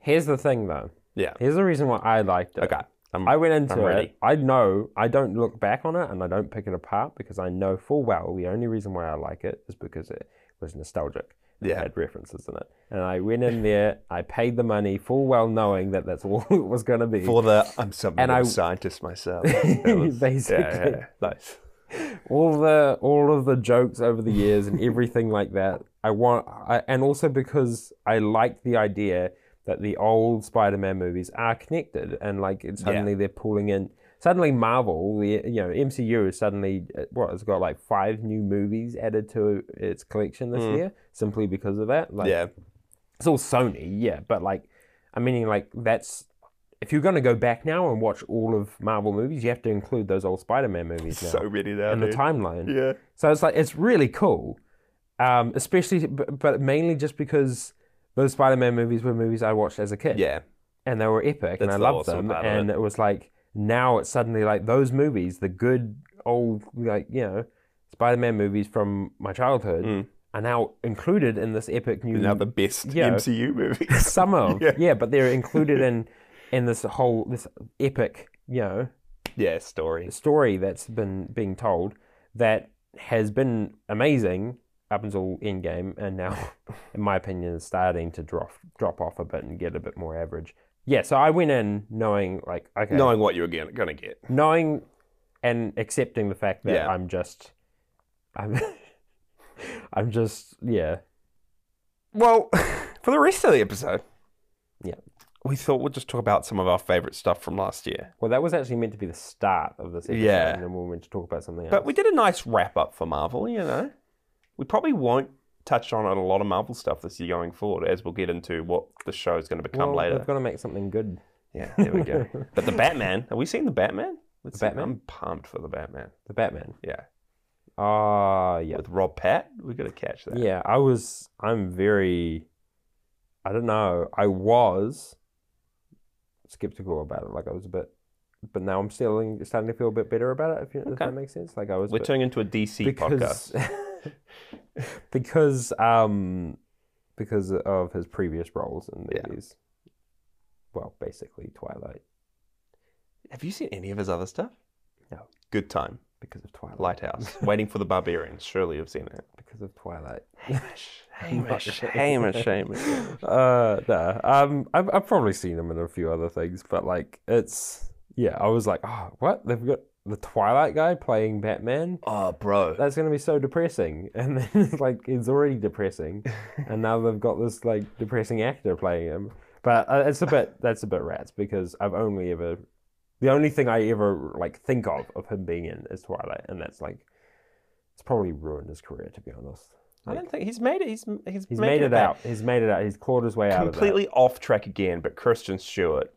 Speaker 2: Here's the thing, though.
Speaker 1: yeah
Speaker 2: Here's the reason why I liked it.
Speaker 1: okay I'm,
Speaker 2: I went into
Speaker 1: I'm
Speaker 2: it.
Speaker 1: ready.
Speaker 2: I know I don't look back on it and I don't pick it apart because I know full well the only reason why I like it is because it was nostalgic.
Speaker 1: Yeah.
Speaker 2: had references in it. And I went in there, I paid the money, full well knowing that that's all it was going to be.
Speaker 1: For the I'm some
Speaker 2: And
Speaker 1: little
Speaker 2: I-
Speaker 1: scientist myself. That was-
Speaker 2: Basically.
Speaker 1: yeah, yeah, yeah. nice.
Speaker 2: all the all of the jokes over the years and everything like that. I want, I, and also because I like the idea that the old Spider-Man movies are connected, and like it, suddenly they're pulling in. Suddenly, Marvel, the you know MCU, is suddenly uh, what it's got like five new movies added to its collection this year simply because of that. Like,
Speaker 1: Hmm. yeah,
Speaker 2: it's all Sony, yeah, but like, I mean, like that's if you're gonna go back now and watch all of Marvel movies, you have to include those old Spider-Man movies now
Speaker 1: so many now.
Speaker 2: in the
Speaker 1: dude.
Speaker 2: timeline.
Speaker 1: Yeah,
Speaker 2: So it's like it's really cool, um, especially but, but mainly just because those Spider-Man movies were movies I watched as a kid,
Speaker 1: yeah,
Speaker 2: and they were epic, and
Speaker 1: That's
Speaker 2: I
Speaker 1: the
Speaker 2: loved
Speaker 1: awesome
Speaker 2: them,
Speaker 1: part of
Speaker 2: and it. was like now it's suddenly like those movies, the good old like you know Spider-Man movies from my childhood, are now included in this epic new
Speaker 1: Mm. now the best
Speaker 2: Yeah.
Speaker 1: MCU movie.
Speaker 2: some of
Speaker 1: Yeah.
Speaker 2: yeah. but they're included in in this whole this epic you know
Speaker 1: yeah, story.
Speaker 2: story that's been being told that has been amazing up until Endgame, and now, in my opinion, is starting to drop drop off a bit and get a bit more average. Yeah, so I went in knowing like okay,
Speaker 1: Knowing what you're gonna gonna get.
Speaker 2: knowing and accepting the fact that
Speaker 1: Yeah.
Speaker 2: I'm just, I'm, I'm just yeah.
Speaker 1: Well, for the rest of the episode,
Speaker 2: Yeah.
Speaker 1: we thought we'd just talk about some of our favorite stuff from last year.
Speaker 2: Well, that was actually meant to be the start of this episode,
Speaker 1: Yeah.
Speaker 2: and then we were meant to talk about something else.
Speaker 1: But we did a nice wrap up for Marvel, you know. We probably won't touch on a lot of Marvel stuff this year going forward, as we'll get into what the show is going to become
Speaker 2: well,
Speaker 1: later.
Speaker 2: We've got to make something good.
Speaker 1: Yeah, there we go. but the Batman, have we seen the Batman? Let's see.
Speaker 2: Batman?
Speaker 1: I'm pumped for the Batman.
Speaker 2: The Batman.
Speaker 1: Yeah,
Speaker 2: Ah, yeah.
Speaker 1: with Rob Pat, we got to catch that.
Speaker 2: Yeah, I was. I'm very. I don't know. I was skeptical about it. Like I was a bit, but now I'm still starting to feel a bit better about it. If, you, if
Speaker 1: Okay.
Speaker 2: that makes sense. Like I was. a
Speaker 1: We're
Speaker 2: bit-
Speaker 1: turning into a DC podcast.
Speaker 2: because because um because of his previous roles in
Speaker 1: Yeah.
Speaker 2: movies. Well, basically Twilight.
Speaker 1: Have you seen any of his other stuff?
Speaker 2: No.
Speaker 1: Good time,
Speaker 2: Because of Twilight.
Speaker 1: Lighthouse, Waiting for the Barbarians. Surely you've seen it.
Speaker 2: Because of Twilight.
Speaker 1: Hamish,
Speaker 2: Hamish,
Speaker 1: Hamish, Hamish.
Speaker 2: uh no um I've, I've probably seen them in a few other things but like it's yeah i was like oh what they've got the twilight guy playing batman
Speaker 1: Oh, bro.
Speaker 2: that's gonna be so depressing and then it's like it's already depressing and now they've got this like depressing actor playing him but uh, it's a bit that's a bit rats because i've only ever the only thing i ever like think of of him being in is twilight and that's like it's probably ruined his career to be honest
Speaker 1: I don't think he's made it. He's he's,
Speaker 2: He's
Speaker 1: making
Speaker 2: made it
Speaker 1: back.
Speaker 2: out. He's made it out. He's clawed his way out of that.
Speaker 1: completely off track again, but Kristen Stewart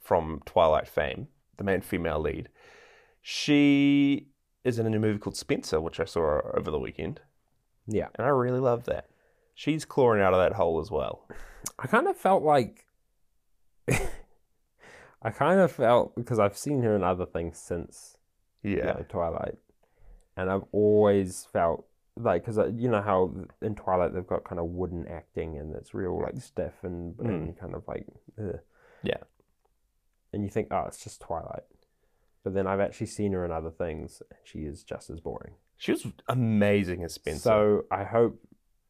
Speaker 1: from Twilight fame, the main female lead, she is in a new movie called Spencer, which I saw over the weekend,
Speaker 2: Yeah.
Speaker 1: and I really love that. She's clawing out of that hole as well.
Speaker 2: I kind of felt like I kind of felt because I've seen her in other things since you
Speaker 1: Yeah,
Speaker 2: know, Twilight, and I've always felt like because you know how in Twilight they've got kind of wooden acting and it's real like stiff and, and kind of like ugh.
Speaker 1: Hmm. Yeah.
Speaker 2: and you think oh it's just Twilight, but then I've actually seen her in other things and she is just as boring.
Speaker 1: she was amazing as Spencer,
Speaker 2: So I hope,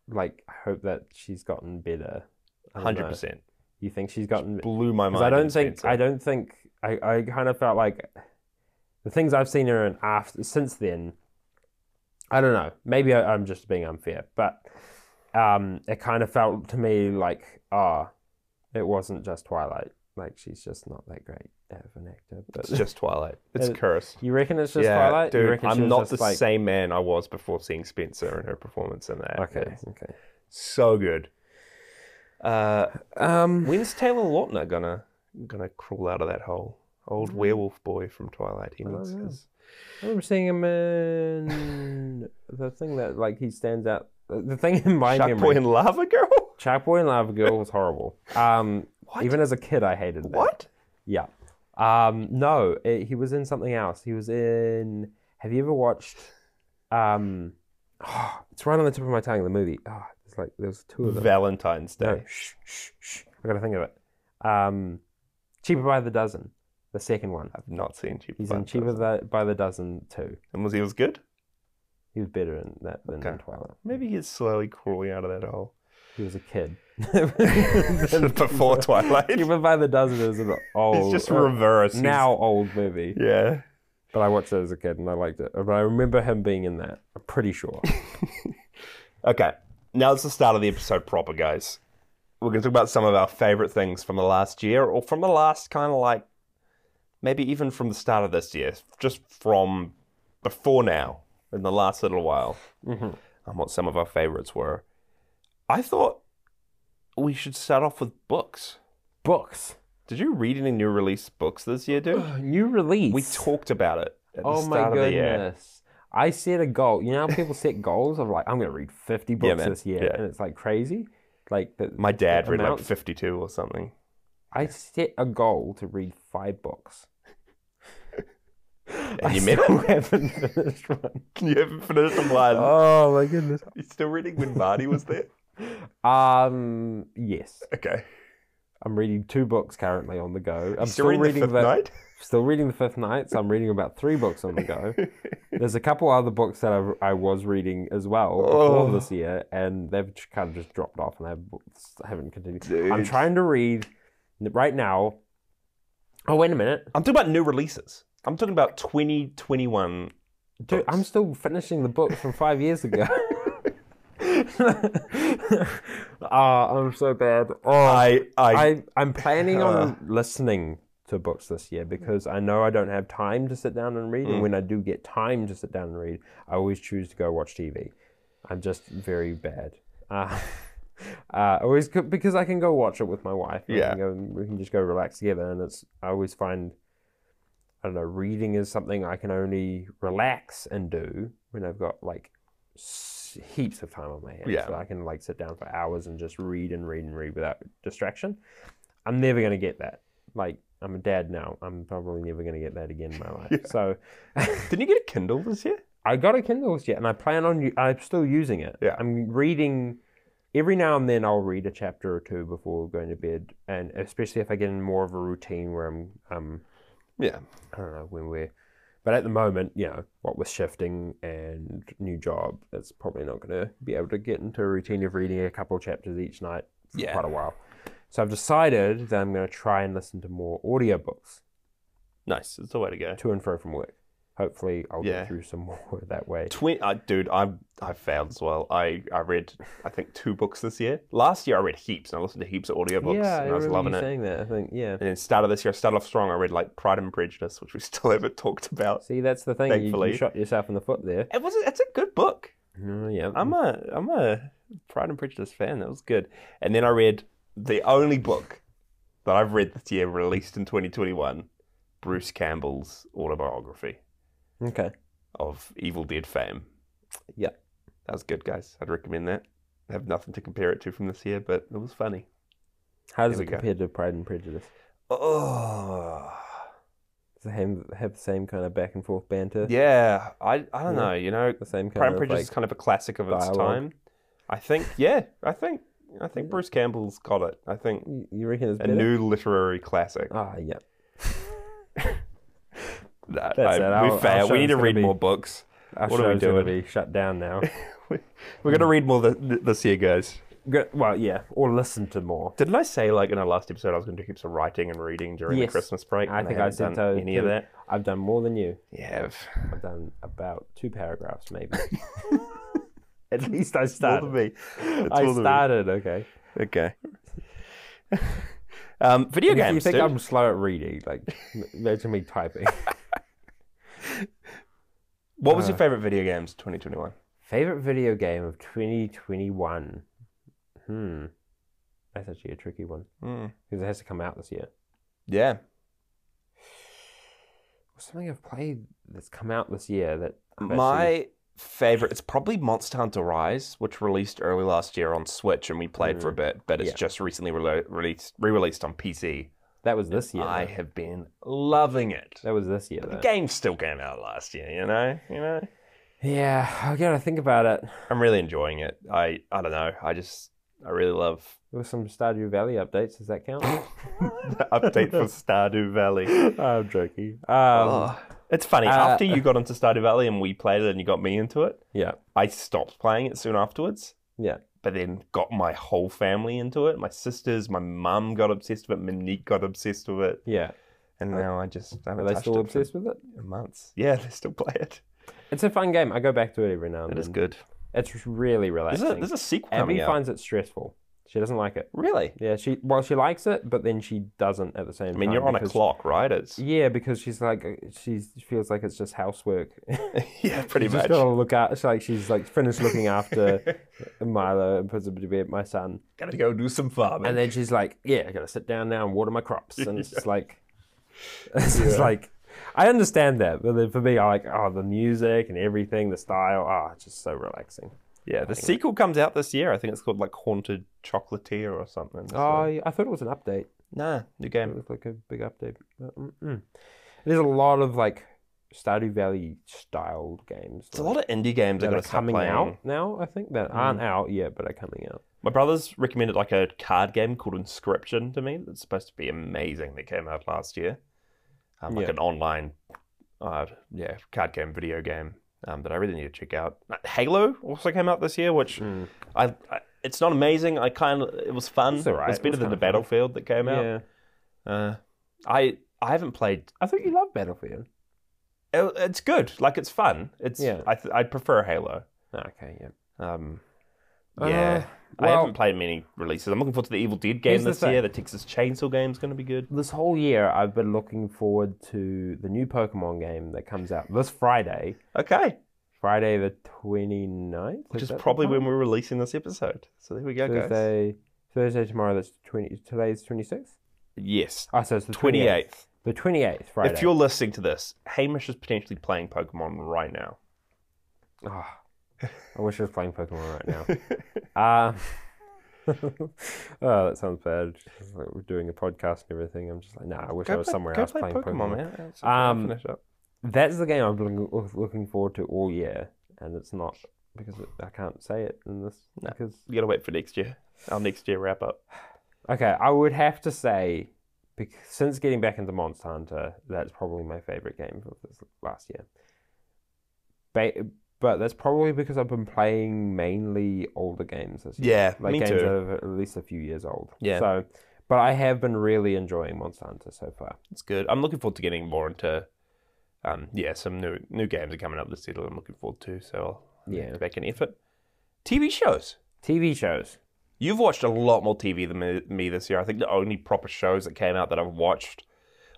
Speaker 2: like, I hope that she's gotten better. I don't know.
Speaker 1: hundred percent.
Speaker 2: You think she's gotten?
Speaker 1: Blew my
Speaker 2: Because
Speaker 1: mind.
Speaker 2: I
Speaker 1: in
Speaker 2: don't think
Speaker 1: Spencer.
Speaker 2: I don't think I, I kind of felt like the things I've seen her in after since then. I don't know. Maybe I, I'm just being unfair, but um, it kind of felt to me like ah, it wasn't just Twilight. Like she's just not that great of an actor. But
Speaker 1: it's just Twilight. It's a
Speaker 2: Uh,
Speaker 1: curse.
Speaker 2: you reckon it's just
Speaker 1: yeah,
Speaker 2: Twilight? you
Speaker 1: dude,
Speaker 2: reckon she
Speaker 1: I'm
Speaker 2: was
Speaker 1: not the
Speaker 2: just like,
Speaker 1: same man I was before seeing Spencer and her performance in that.
Speaker 2: Okay,
Speaker 1: It's
Speaker 2: okay.
Speaker 1: so good. Uh,
Speaker 2: Um,
Speaker 1: When's Taylor Lautner gonna gonna crawl out of that hole? Old werewolf boy from Twilight. He needs
Speaker 2: know.
Speaker 1: his.
Speaker 2: I remember seeing him in the thing that like he stands out. The thing in my
Speaker 1: Shark boy
Speaker 2: memory,
Speaker 1: and lava girl.
Speaker 2: Shark Boy and Lava Girl was horrible. Um,
Speaker 1: What?
Speaker 2: even as a kid, I hated that.
Speaker 1: What?
Speaker 2: Yeah. Um, no, eh, he was in something else. He was in. Have you ever watched? Um, it's right on the tip of my tongue. The movie. Oh, it's like there was two of them.
Speaker 1: Valentine's Day.
Speaker 2: No, shh, shh, shh. I gotta think of it. Um, cheaper by the dozen. The second one.
Speaker 1: I've not seen Cheaper.
Speaker 2: He's
Speaker 1: by
Speaker 2: in
Speaker 1: the
Speaker 2: cheaper
Speaker 1: Dozen.
Speaker 2: Tha- by the dozen too.
Speaker 1: And was he was good?
Speaker 2: He was better in that than in
Speaker 1: Okay.
Speaker 2: Twilight.
Speaker 1: Maybe he's slowly crawling out of that hole.
Speaker 2: He was a kid.
Speaker 1: Before Twilight.
Speaker 2: Even by the dozen, it was an old.
Speaker 1: It's just
Speaker 2: uh,
Speaker 1: reverse. He's-
Speaker 2: now old movie.
Speaker 1: Yeah.
Speaker 2: But I watched it as a kid and I liked it. But I remember him being in that. I'm pretty sure.
Speaker 1: Okay. Now it's the start of the episode proper, guys. We're going to talk about some of our favorite things from the last year or from the last kind of like maybe even from the start of this year, just from before now in the last little while
Speaker 2: Mhm.
Speaker 1: and what some of our favorites were. I thought we should start off with books.
Speaker 2: Books.
Speaker 1: Did you read any new release books this year, dude?
Speaker 2: New release.
Speaker 1: we talked about it at the
Speaker 2: Oh my
Speaker 1: start of the year.
Speaker 2: goodness. I set a goal. You know how people set goals of like, I'm going to read 50 books
Speaker 1: man.
Speaker 2: this year.
Speaker 1: Yeah.
Speaker 2: And it's like crazy. Like, the,
Speaker 1: My dad
Speaker 2: The
Speaker 1: read like
Speaker 2: amounts-
Speaker 1: 52 or something.
Speaker 2: I set a goal to read five books. And
Speaker 1: you met it?
Speaker 2: still haven't finished one.
Speaker 1: You haven't finished them one.
Speaker 2: Oh my goodness.
Speaker 1: You still reading when Marty was there?
Speaker 2: Um, yes.
Speaker 1: Okay.
Speaker 2: I'm reading two books currently on the go. I'm
Speaker 1: Still reading, the Fifth
Speaker 2: the-
Speaker 1: Night?
Speaker 2: Still reading the Fifth Night, so I'm reading about three books on the go. There's a couple other books that I've, I was reading as well before
Speaker 1: Oh.
Speaker 2: this year, and they've just kind of just dropped off, and I have- haven't continued. I'm
Speaker 1: Dude.
Speaker 2: trying to read right now. Oh wait a minute,
Speaker 1: I'm talking about new releases. I'm talking about 2021.
Speaker 2: dude! I'm
Speaker 1: books.
Speaker 2: still finishing the book from five years ago. Ah, I'm so bad. Oh,
Speaker 1: I, I,
Speaker 2: I, I'm planning on listening to books this year because I know I don't have time to sit down and read. And when I do get time to sit down and read, I always choose to go watch TV. I'm just very bad. Uh, uh, always co- because I can go watch it with my wife. and I
Speaker 1: Yeah.
Speaker 2: can go- we can just go relax together, and it's. I always find. I don't know. Reading is something I can only relax and do when I've got like s- heaps of time on my hands.
Speaker 1: Yeah.
Speaker 2: So I can like sit down for hours and just read and read and read without distraction. I'm never gonna get that. Like I'm a dad now. I'm probably never gonna get that again in my life. So
Speaker 1: Didn't you get a Kindle this year?
Speaker 2: I got a Kindle yet, and I plan on. u- I'm still using it.
Speaker 1: Yeah.
Speaker 2: I'm reading. Every now and then, I'll read a chapter or two before going to bed, and especially if I get in more of a routine where I'm, um,
Speaker 1: Yeah.
Speaker 2: I don't know, when we're. But at the moment, you know, what with shifting and new job, it's probably not going to be able to get into a routine of reading a couple of chapters each night for
Speaker 1: Yeah.
Speaker 2: quite a while. So I've decided that I'm going to try and listen to more audiobooks
Speaker 1: Nice. It's the way to go.
Speaker 2: to and fro from work. Hopefully, I'll
Speaker 1: Yeah.
Speaker 2: get through some more that way.
Speaker 1: Twi- uh, dude, I I failed as well. I, I read I think two books this year. Last year I read heaps and I listened to heaps of audiobooks
Speaker 2: yeah,
Speaker 1: and I was
Speaker 2: remember
Speaker 1: loving
Speaker 2: you
Speaker 1: it.
Speaker 2: saying that. I think yeah.
Speaker 1: And then start of this year, I started off strong. I read like Pride and Prejudice, which we still haven't talked about.
Speaker 2: See, that's the thing. You,
Speaker 1: Thankfully.
Speaker 2: you shot yourself in the foot there.
Speaker 1: It was a, it's a good book.
Speaker 2: Oh, yeah.
Speaker 1: I'm a I'm a Pride and Prejudice fan. That was good. And then I read the only book that I've read this year, released in 2021, Bruce Campbell's autobiography
Speaker 2: okay.
Speaker 1: of Evil Dead fame.
Speaker 2: Yeah.
Speaker 1: that was good, guys. I'd recommend that. I have nothing to compare it to from this year, but it was funny.
Speaker 2: How does
Speaker 1: Here
Speaker 2: it
Speaker 1: we go.
Speaker 2: compare to Pride and Prejudice?
Speaker 1: Oh,
Speaker 2: Does it have, have the same kind of back and forth banter?
Speaker 1: yeah. I I don't
Speaker 2: Yeah.
Speaker 1: know. You know,
Speaker 2: The same kind
Speaker 1: Pride and
Speaker 2: of
Speaker 1: Prejudice
Speaker 2: like,
Speaker 1: is kind of a classic of its
Speaker 2: dialogue.
Speaker 1: time. I think. Yeah, I think. I think Bruce Campbell's got it. I think
Speaker 2: you- you reckon it's
Speaker 1: a
Speaker 2: better?
Speaker 1: new literary classic.
Speaker 2: Ah, yeah.
Speaker 1: That,
Speaker 2: That's it.
Speaker 1: We
Speaker 2: Our- our
Speaker 1: failed. We
Speaker 2: show's
Speaker 1: need to
Speaker 2: gonna
Speaker 1: read
Speaker 2: be-
Speaker 1: more books.
Speaker 2: Our
Speaker 1: What are we
Speaker 2: show's gonna
Speaker 1: doing?
Speaker 2: Be shut down now.
Speaker 1: We're gonna read more th- th- this year, guys.
Speaker 2: Go- well, yeah, or listen to more.
Speaker 1: Didn't I say like in our last episode I was gonna do heaps of writing and reading during
Speaker 2: Yes.
Speaker 1: the Christmas break?
Speaker 2: I
Speaker 1: and
Speaker 2: think I
Speaker 1: haven't
Speaker 2: said
Speaker 1: done
Speaker 2: so
Speaker 1: any of
Speaker 2: too.
Speaker 1: that.
Speaker 2: I've done more than you.
Speaker 1: Yeah,
Speaker 2: I've done about two paragraphs, maybe. At least I started.
Speaker 1: me.
Speaker 2: I started. Okay.
Speaker 1: Okay. um, video
Speaker 2: You-
Speaker 1: games.
Speaker 2: you think
Speaker 1: dude.
Speaker 2: I'm slow at reading? Like, m- imagine me typing.
Speaker 1: What was your favorite video games 2021?
Speaker 2: Favorite video game of 2021? Hmm. That's actually a tricky one
Speaker 1: Hmm.
Speaker 2: because it has to come out this year.
Speaker 1: Yeah.
Speaker 2: Something I've played that's come out this year that I've actually-
Speaker 1: My favorite, it's probably Monster Hunter Rise, which released early last year on Switch, and we played for a bit, but it's
Speaker 2: Yeah.
Speaker 1: just recently relo- released, re-released on PC.
Speaker 2: that was this year.
Speaker 1: I
Speaker 2: though.
Speaker 1: have been loving it.
Speaker 2: That was this year.
Speaker 1: The
Speaker 2: Though.
Speaker 1: game still came out last year, you know, you know.
Speaker 2: Yeah, I gotta think about it.
Speaker 1: I'm really enjoying it. I I don't know. I just I really love
Speaker 2: There was some Stardew Valley updates. Does that count?
Speaker 1: The update for Stardew Valley.
Speaker 2: I'm joking. Um,
Speaker 1: It's funny.
Speaker 2: Uh,
Speaker 1: after you got into Stardew Valley and we played it and you got me into it,
Speaker 2: Yeah,
Speaker 1: I stopped playing it soon afterwards.
Speaker 2: yeah.
Speaker 1: but then got my whole family into it. My sisters, my mum got obsessed with it. Monique got obsessed with it,
Speaker 2: Yeah.
Speaker 1: and now I just haven't
Speaker 2: Are they
Speaker 1: touched
Speaker 2: still
Speaker 1: it for
Speaker 2: obsessed with it?
Speaker 1: months. Yeah, they still play it.
Speaker 2: It's a fun game. I go back to it every now and
Speaker 1: It
Speaker 2: then.
Speaker 1: is good.
Speaker 2: It's really
Speaker 1: There's
Speaker 2: relaxing.
Speaker 1: a, there's a sequel
Speaker 2: Abby
Speaker 1: coming out.
Speaker 2: finds it stressful. She doesn't like it.
Speaker 1: Really?
Speaker 2: Yeah, she well she likes it, but then she doesn't at the same time.
Speaker 1: I mean, you're on a
Speaker 2: because-
Speaker 1: clock, right? It's
Speaker 2: Yeah, because she's like uh, she's, she feels like it's just housework.
Speaker 1: yeah, pretty
Speaker 2: she's just
Speaker 1: much.
Speaker 2: gotta look out. It's like she's like finished looking after Milo and puts him to bed, my son,
Speaker 1: Gotta go do some farming.
Speaker 2: and then she's like, "Yeah, I gotta sit down now and water my crops," and it's just like, it's just like, I understand that, but then for me, I like oh the music and everything, the style, oh, it's just so relaxing.
Speaker 1: yeah, the sequel comes out this year. I think it's called like Haunted Chocolatier or something. so-
Speaker 2: Oh, yeah, I thought it was an update.
Speaker 1: nah, new
Speaker 2: It
Speaker 1: game.
Speaker 2: was like a big update. But, mm-mm. There's a lot of like Stardew Valley styled games
Speaker 1: It's a
Speaker 2: like,
Speaker 1: lot of indie games that
Speaker 2: that
Speaker 1: are
Speaker 2: are coming
Speaker 1: playing. Mm.
Speaker 2: out now. I think that aren't out yet, but are coming out.
Speaker 1: My brother's recommended like a card game called Inscription to me. That's supposed to be amazing. That came out last year, um, like
Speaker 2: Yeah.
Speaker 1: an online, uh, yeah, card game, video game um, that I really need to check out. Uh, Halo also came out this year, which
Speaker 2: Mm.
Speaker 1: I, I it's not amazing. I kind of it was fun.
Speaker 2: It's alright.
Speaker 1: It's
Speaker 2: It
Speaker 1: better
Speaker 2: was
Speaker 1: than the
Speaker 2: kinda fun.
Speaker 1: Battlefield that came out.
Speaker 2: Yeah,
Speaker 1: Uh, I I haven't played.
Speaker 2: I thought you loved Battlefield.
Speaker 1: it- it's good. Like it's fun. It's
Speaker 2: Yeah.
Speaker 1: I th- I'd prefer Halo.
Speaker 2: Okay, yeah.
Speaker 1: Um,
Speaker 2: Uh,
Speaker 1: Ah, yeah. I
Speaker 2: well-
Speaker 1: haven't played many releases. I'm looking forward to the Evil Dead game
Speaker 2: Here's the
Speaker 1: this year. The Texas Chainsaw game's going to be good.
Speaker 2: This whole year, I've been looking forward to the new Pokemon game that comes out this Friday,
Speaker 1: Okay.
Speaker 2: Friday the 29th,
Speaker 1: Which is
Speaker 2: that the
Speaker 1: probably
Speaker 2: time?
Speaker 1: when we're releasing this episode. So there we go, guys.
Speaker 2: Thursday. Thursday tomorrow. That's twenty. Today's twenty sixth.
Speaker 1: Yes.
Speaker 2: Oh, so it's the
Speaker 1: 28th.
Speaker 2: 28th. The twenty eighth. Friday.
Speaker 1: If you're listening to this, Hamish is potentially playing Pokemon right now.
Speaker 2: Ah, I wish I was playing Pokemon right now. um, oh, that sounds bad. It's like we're doing a podcast and everything. I'm just like, nah, I wish I was
Speaker 1: play-
Speaker 2: somewhere
Speaker 1: go
Speaker 2: else
Speaker 1: play
Speaker 2: playing Pokemon.
Speaker 1: man. It's-
Speaker 2: Um,
Speaker 1: finish up.
Speaker 2: That's the game I've been looking- looking forward to all year, and it's not because it, I can't say it in this. Because
Speaker 1: You got to wait for next year. Our next year wrap up.
Speaker 2: okay, I would have to say, bec- since getting back into Monster Hunter, that's probably my favorite game of this last year. Ba- but that's probably because I've been playing mainly older games this year.
Speaker 1: Yeah,
Speaker 2: like
Speaker 1: me
Speaker 2: games
Speaker 1: too.
Speaker 2: that are at least a few years old.
Speaker 1: Yeah.
Speaker 2: So, but I have been really enjoying Monster Hunter so far.
Speaker 1: It's good. I'm looking forward to getting more into. Um, yeah, some new new games are coming up this year that I'm looking forward to. So I'll
Speaker 2: Yeah.
Speaker 1: make an effort. TV shows.
Speaker 2: TV shows.
Speaker 1: You've watched a lot more TV than me, me this year. I think the only proper shows that came out that I've watched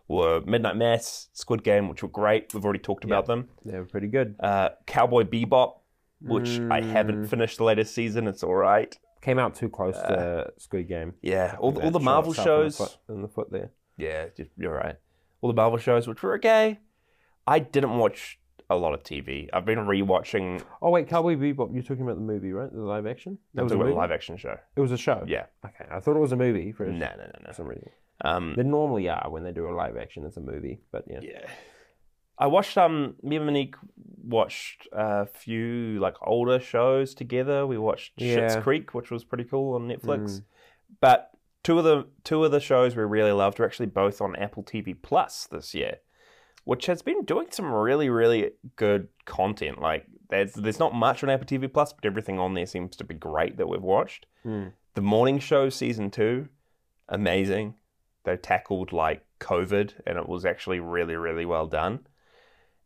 Speaker 1: were Midnight Mass, Squid Game, which were great. We've already talked about them.
Speaker 2: They were pretty good.
Speaker 1: Uh, Cowboy Bebop, which I haven't finished the latest season. It's all right.
Speaker 2: Came out too close to Squid Game.
Speaker 1: Yeah, all, all the
Speaker 2: Shot
Speaker 1: Marvel
Speaker 2: itself in the
Speaker 1: shows.
Speaker 2: foot- in the foot there.
Speaker 1: Yeah, j- you're right. All the Marvel shows, which were okay. I didn't watch a lot of TV. I've been rewatching.
Speaker 2: Oh wait, Cowboy Bebop. You're talking about the movie, right? The live action. That
Speaker 1: It was
Speaker 2: was
Speaker 1: a
Speaker 2: a movie.
Speaker 1: live action show.
Speaker 2: It was a show.
Speaker 1: Yeah.
Speaker 2: Okay, I thought it was a movie for
Speaker 1: No, no, no, no.
Speaker 2: some reason.
Speaker 1: Um,
Speaker 2: They normally are when they do a live action. It's a movie, but yeah.
Speaker 1: Yeah. I watched um me and Monique watched a few like older shows together. We watched Schitt's
Speaker 2: Yeah. Mm.
Speaker 1: Creek, which was pretty cool on Netflix. But two of the two of the shows we really loved were actually both on Apple TV Plus this year, which has been doing some really really good content. Like there's there's not much on Apple TV Plus, but everything on there seems to be great that we've watched.
Speaker 2: Hmm.
Speaker 1: The Morning Show season two, amazing. They tackled like COVID, and it was actually really, really well done.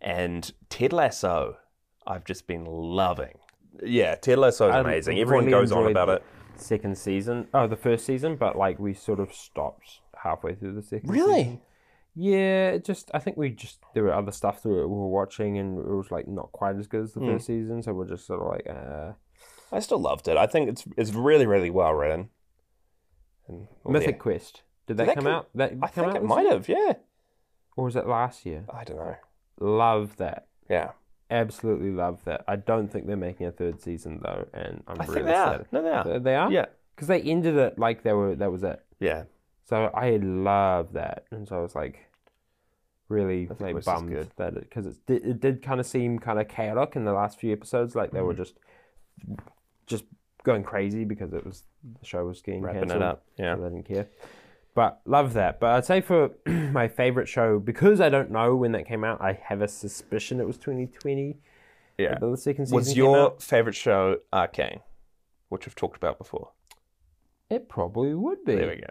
Speaker 1: And Ted Lasso, I've just been loving. Yeah, Ted Lasso is
Speaker 2: I
Speaker 1: amazing. Everyone
Speaker 2: really
Speaker 1: goes on
Speaker 2: enjoyed
Speaker 1: about
Speaker 2: the
Speaker 1: it.
Speaker 2: Second season. Oh, the first season, but like we sort of stopped halfway through the second. season. Yeah, it just I think we just there were other stuff that we were watching and it was like not quite as good as the
Speaker 1: Hmm.
Speaker 2: first season, so we're just sort of like, uh,
Speaker 1: I still loved it. I think it's it's really, really well written. And, well,
Speaker 2: Mythic
Speaker 1: Oh, yeah.
Speaker 2: Quest. Did that,
Speaker 1: that
Speaker 2: come,
Speaker 1: come-
Speaker 2: out? That
Speaker 1: I
Speaker 2: come
Speaker 1: think
Speaker 2: out
Speaker 1: it
Speaker 2: this
Speaker 1: might
Speaker 2: year?
Speaker 1: have, yeah.
Speaker 2: or was it last year?
Speaker 1: I don't know.
Speaker 2: Love that.
Speaker 1: Yeah.
Speaker 2: Absolutely love that. I don't think they're making a third season though, and I'm
Speaker 1: I
Speaker 2: really
Speaker 1: think they are.
Speaker 2: excited.
Speaker 1: No, they are.
Speaker 2: They- They are.
Speaker 1: Yeah.
Speaker 2: because they ended it like they were. That was it.
Speaker 1: Yeah.
Speaker 2: So I love that, and so I was like, really
Speaker 1: think
Speaker 2: like
Speaker 1: this is
Speaker 2: bummed
Speaker 1: good.
Speaker 2: that it because it did,
Speaker 1: Mm.
Speaker 2: it did kind of seem kind of chaotic in the last few episodes, like they were just just going crazy because it was the show was getting
Speaker 1: Wrapping
Speaker 2: cancelled.
Speaker 1: it up. Yeah.
Speaker 2: so they didn't care. But love that. But I'd say for my favorite show because I don't know when that came out. I have a suspicion it was 2020.
Speaker 1: Yeah.
Speaker 2: The second season
Speaker 1: Was
Speaker 2: came
Speaker 1: your
Speaker 2: out.
Speaker 1: favorite show Arcane, which we've talked about before?
Speaker 2: It probably would be.
Speaker 1: There we go.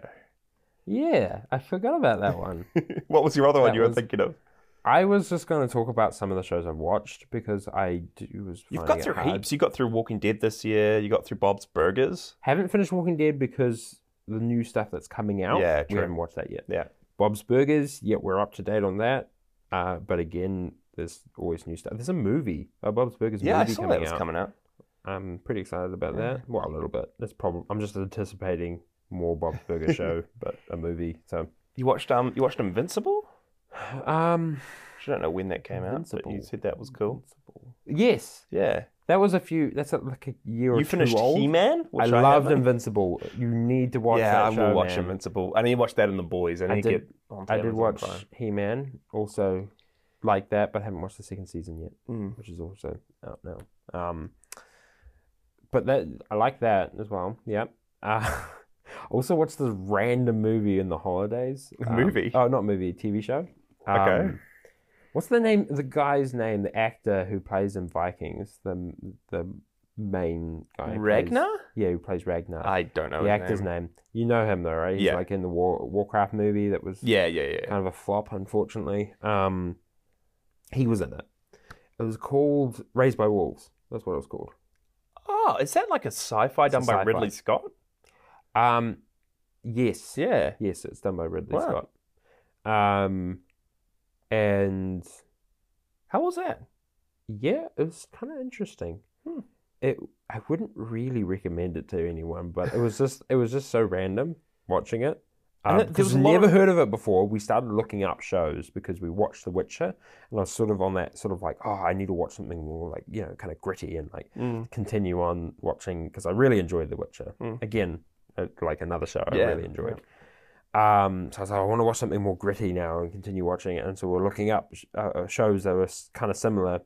Speaker 2: Yeah, I forgot about that one.
Speaker 1: what was your other one
Speaker 2: That
Speaker 1: you were
Speaker 2: was-
Speaker 1: thinking of?
Speaker 2: I was just going to talk about some of the shows I've watched because I do, was.
Speaker 1: You've
Speaker 2: finding
Speaker 1: got
Speaker 2: it
Speaker 1: through
Speaker 2: hard.
Speaker 1: heaps. You got through Walking Dead this year. You got through Bob's Burgers.
Speaker 2: Haven't finished Walking Dead because the new stuff that's coming out.
Speaker 1: Yeah,
Speaker 2: we
Speaker 1: true.
Speaker 2: haven't watched that yet.
Speaker 1: Yeah.
Speaker 2: Bob's Burgers. Yeah, we're up to date on that. Uh, but again, there's always new stuff. There's a movie, a Bob's Burgers
Speaker 1: Yeah, I
Speaker 2: movie
Speaker 1: saw
Speaker 2: coming
Speaker 1: that was
Speaker 2: out.
Speaker 1: coming out.
Speaker 2: I'm pretty excited about that. Well, a little bit. That's probably. I'm just anticipating more Bob's Burger show, but a movie. So,
Speaker 1: You watched um you watched Invincible?
Speaker 2: um,
Speaker 1: Which I don't know when that came out, but you
Speaker 2: Invincible.
Speaker 1: said that was cool.
Speaker 2: yes,
Speaker 1: Yeah.
Speaker 2: that was a few. That's a, like a year or
Speaker 1: you
Speaker 2: two
Speaker 1: finished
Speaker 2: old.
Speaker 1: He Man?
Speaker 2: I loved Invincible. You need to watch
Speaker 1: Yeah,
Speaker 2: that
Speaker 1: I
Speaker 2: show,
Speaker 1: will watch
Speaker 2: man.
Speaker 1: Invincible. I need to watch that and the boys. I
Speaker 2: I
Speaker 1: need to
Speaker 2: did-
Speaker 1: get on
Speaker 2: I did
Speaker 1: Amazon
Speaker 2: watch
Speaker 1: Prime.
Speaker 2: He Man, also like that, but haven't watched the second season yet,
Speaker 1: Mm.
Speaker 2: which is also out now. Um, but that I like that as well. Yep. Uh, also watched this random movie in the holidays.
Speaker 1: A
Speaker 2: Um,
Speaker 1: movie?
Speaker 2: Oh, not movie, TV show.
Speaker 1: Okay.
Speaker 2: Um, What's the name? The guy's name, the actor who plays in Vikings, the the main guy. who plays-
Speaker 1: Ragnar?
Speaker 2: yeah, who plays Ragnar.
Speaker 1: I don't know.
Speaker 2: the
Speaker 1: his
Speaker 2: actor's
Speaker 1: name.
Speaker 2: name. You know him though, right? He's
Speaker 1: Yeah.
Speaker 2: like in the War, Warcraft movie that was
Speaker 1: Yeah, yeah, yeah.
Speaker 2: kind of a flop, unfortunately. Um, he was in it. It was called Raised by Wolves. That's what it was called.
Speaker 1: Oh, is that like a sci-fi
Speaker 2: It's a
Speaker 1: done by
Speaker 2: sci-fi.
Speaker 1: Ridley Scott?
Speaker 2: Um, yes,
Speaker 1: Yeah.
Speaker 2: yes, it's done by Ridley
Speaker 1: Wow.
Speaker 2: Scott. Um, and
Speaker 1: How was that?
Speaker 2: yeah, it was kind of interesting.
Speaker 1: Hmm.
Speaker 2: It I wouldn't really recommend it to anyone, but it was just it was just so random watching it.
Speaker 1: And
Speaker 2: Um,
Speaker 1: it- there was
Speaker 2: because
Speaker 1: a
Speaker 2: I'd
Speaker 1: lot
Speaker 2: never
Speaker 1: of-
Speaker 2: heard of it before. We started looking up shows because we watched The Witcher, and I was sort of on that sort of like, oh, I need to watch something more like you know, kind of gritty and like continue on watching because I really enjoyed The Witcher.
Speaker 1: Mm.
Speaker 2: Again, uh, like another show
Speaker 1: Yeah,
Speaker 2: I really enjoyed. Um, so I was like, I want to watch something more gritty now and continue watching it. And so we're looking up sh- uh, uh, shows that were kind of similar,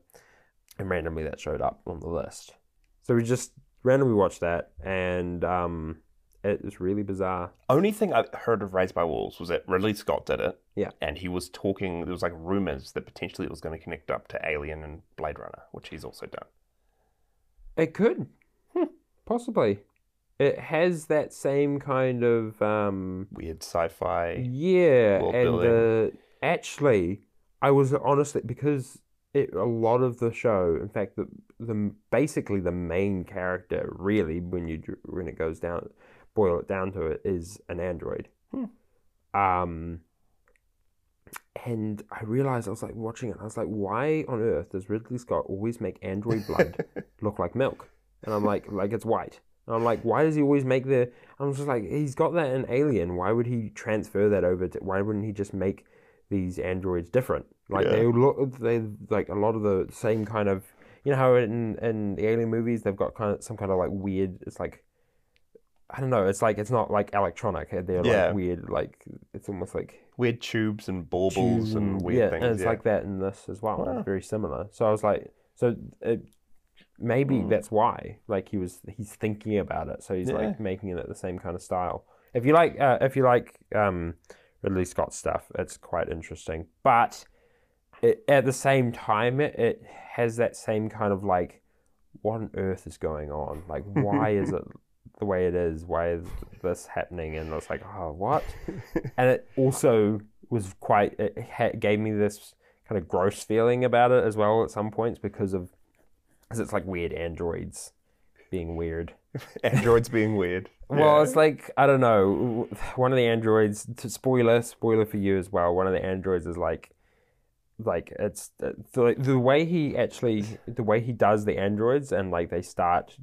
Speaker 2: and randomly that showed up on the list. So we just randomly watched that, and um, it was really bizarre.
Speaker 1: Only thing I heard of Raised by Wolves was that Ridley Scott did it.
Speaker 2: Yeah.
Speaker 1: And he was talking, there was like rumors that potentially it was going to connect up to Alien and Blade Runner, which he's also done.
Speaker 2: It could, possibly. It has that same kind of um,
Speaker 1: Weird sci-fi.
Speaker 2: Yeah,
Speaker 1: world
Speaker 2: and
Speaker 1: building.
Speaker 2: uh, actually, I was honestly because it, a lot of the show, in fact, the the basically the main character, really, when you dr- when it goes down, boil it down to it, is an android.
Speaker 1: Hmm.
Speaker 2: Um, and I realized I was like watching it. I was like, why on earth does Ridley Scott always make android blood look like milk? And I'm like, like it's white. And I'm like, why does he always make the? I'm just like, he's got that in Alien. Why would he transfer that over? to Why wouldn't he just make these androids different? Like
Speaker 1: Yeah.
Speaker 2: they look, they like a lot of the same kind of. You know how in in the Alien movies they've got kind of some kind of like weird. It's like. I don't know. It's like it's not like electronic. They're
Speaker 1: Yeah.
Speaker 2: like weird. Like it's almost like
Speaker 1: Weird tubes and baubles and
Speaker 2: June.
Speaker 1: weird
Speaker 2: yeah,
Speaker 1: things.
Speaker 2: And it's
Speaker 1: yeah.
Speaker 2: like that in this as well.
Speaker 1: Wow.
Speaker 2: It's very similar. So I was like, so it, maybe
Speaker 1: Hmm.
Speaker 2: that's why. Like he was, he's thinking about it. So he's
Speaker 1: Yeah.
Speaker 2: like making it the same kind of style. If you like, uh, if you like um, Ridley Scott stuff, it's quite interesting. But it, at the same time, it, it has that same kind of like, what on earth is going on? Like, why is it the way it is? Why is this happening? And it's like, oh, what? and it also was quite it ha- gave me this kind of gross feeling about it as well at some points because of because it's like weird androids being weird
Speaker 1: Androids being weird.
Speaker 2: well
Speaker 1: Yeah.
Speaker 2: it's like i don't know one of the androids t- spoiler spoiler for you as well one of the androids is like like it's the, the way he actually the way he does the androids and like they start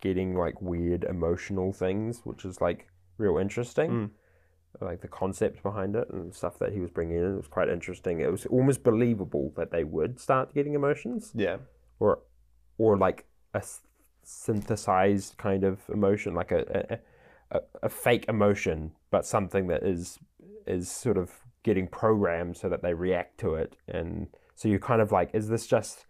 Speaker 2: getting like weird emotional things which is like real interesting
Speaker 1: Mm.
Speaker 2: like the concept behind it and stuff that he was bringing in it was quite interesting it was almost believable that they would start getting emotions
Speaker 1: yeah.
Speaker 2: or or like a s- synthesized kind of emotion like a a, a a fake emotion but something that is is sort of getting programmed so that they react to it and so you're kind of like is this just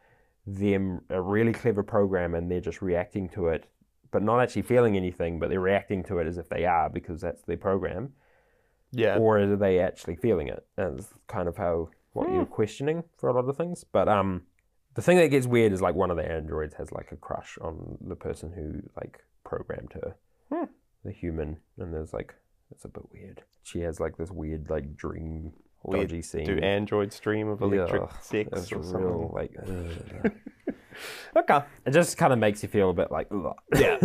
Speaker 2: them a really clever program and they're just reacting to it but not actually feeling anything, but they're reacting to it as if they are because that's their program,
Speaker 1: Yeah.
Speaker 2: or are they actually feeling it? And it's kind of how what you're
Speaker 3: Hmm.
Speaker 2: questioning for a lot of things. But um, the thing that gets weird is like one of the androids has like a crush on the person who like programmed her,
Speaker 1: Hmm.
Speaker 2: the human, and there's like it's a bit weird. She has like this weird like dream
Speaker 1: Weird
Speaker 2: dodgy scene.
Speaker 1: Do android stream of electric
Speaker 2: Yeah,
Speaker 1: sex
Speaker 2: it's
Speaker 1: or
Speaker 2: real
Speaker 1: something.
Speaker 2: like. ugh.
Speaker 1: Okay.
Speaker 2: it just kind of makes you feel a bit like. ugh.
Speaker 3: Yeah.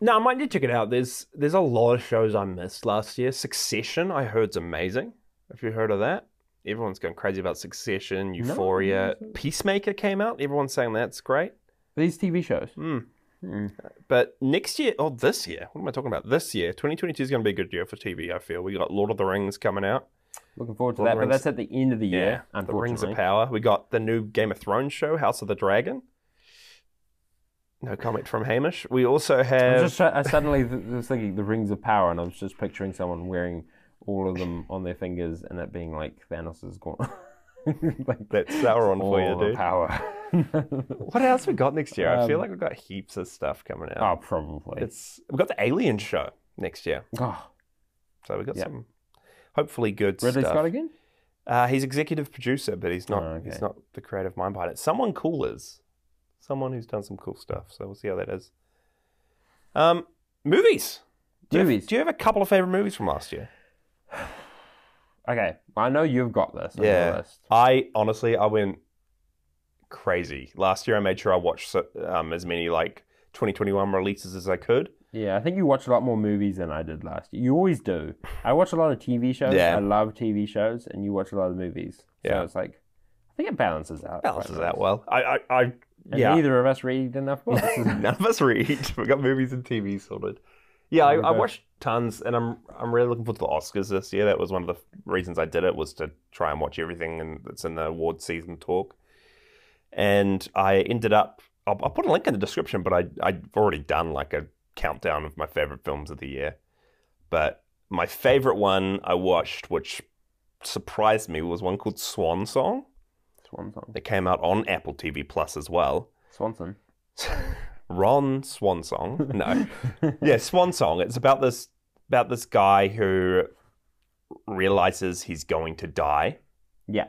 Speaker 3: no, I might need to check it out. There's there's a lot of shows I missed last year. Succession, I heard's amazing. If you heard of that, everyone's going crazy about Succession, Euphoria, Peacemaker came out. Everyone's saying that's great.
Speaker 2: These TV shows.
Speaker 1: Hmm.
Speaker 3: Hmm. But next year, or this year, what am I talking about? This year, 2022 is going to be a good year for TV. I feel we got Lord of the Rings coming out.
Speaker 2: Looking forward to
Speaker 3: Lord
Speaker 2: that,
Speaker 3: of the
Speaker 2: but
Speaker 3: Rings.
Speaker 2: that's at the end of the year.
Speaker 3: the Rings
Speaker 2: unfortunately.
Speaker 3: of Power. We got the new Game of Thrones show, House of the Dragon. No comment from Hamish. We also
Speaker 2: I was
Speaker 3: have
Speaker 2: just try- I suddenly th- was thinking the Rings of Power, and I was just picturing someone wearing all of them on their fingers, and it being like Thanos is gone. like
Speaker 1: That's Sauron
Speaker 2: all
Speaker 1: for you,
Speaker 2: the
Speaker 1: dude.
Speaker 2: power.
Speaker 1: What else we got next year? I feel
Speaker 2: Um,
Speaker 1: like we've got heaps of stuff coming out.
Speaker 2: oh, probably.
Speaker 1: It's we've got the Alien show next year,
Speaker 2: oh,
Speaker 1: so we've got
Speaker 2: Yeah.
Speaker 1: some hopefully good
Speaker 2: Ridley
Speaker 1: stuff.
Speaker 2: Scott again?
Speaker 1: Uh, he's executive producer, but he's not.
Speaker 2: Oh, okay.
Speaker 1: He's not the creative mind behind it. Someone cool is. Someone who's done some cool stuff. So we'll see how that is. Um, movies. Do you have-
Speaker 2: Movies.
Speaker 1: do you have a couple of favorite movies from last year?
Speaker 2: Okay, well, I know you've got this. On
Speaker 1: Yeah.
Speaker 2: Your list.
Speaker 1: I honestly, I went crazy last year. I made sure I watched so- um, as many like 2021 releases as I could.
Speaker 2: Yeah, I think you watch a lot more movies than I did last year. You always do. I watch a lot of TV shows.
Speaker 1: Yeah.
Speaker 2: I love TV shows, and you watch a lot of movies.
Speaker 1: Yeah.
Speaker 2: So it's like, I think it balances out. quite
Speaker 1: Balances
Speaker 2: nice.
Speaker 1: out well. I, I, I
Speaker 2: And
Speaker 1: yeah.
Speaker 2: neither of us read enough books.
Speaker 1: None of us read. We got movies and TV sorted. Yeah, I,
Speaker 2: There we
Speaker 1: I
Speaker 2: go.
Speaker 1: watched tons, and I'm I'm really looking forward to the Oscars this year. That was one of the f- reasons I did it was to try and watch everything and that's in the award season talk. And I ended up. I'll, I'll put a link in the description, but I I've already done like a countdown of my favorite films of the year. But my favorite one I watched, which surprised me, was one called Swan Song
Speaker 2: Swanson.
Speaker 1: that came out on Apple TV Plus as well.
Speaker 2: Swanson.
Speaker 1: Ron Swan Song. No. yeah, Swan Song. It's about this about this guy who realizes he's going to die
Speaker 2: Yeah.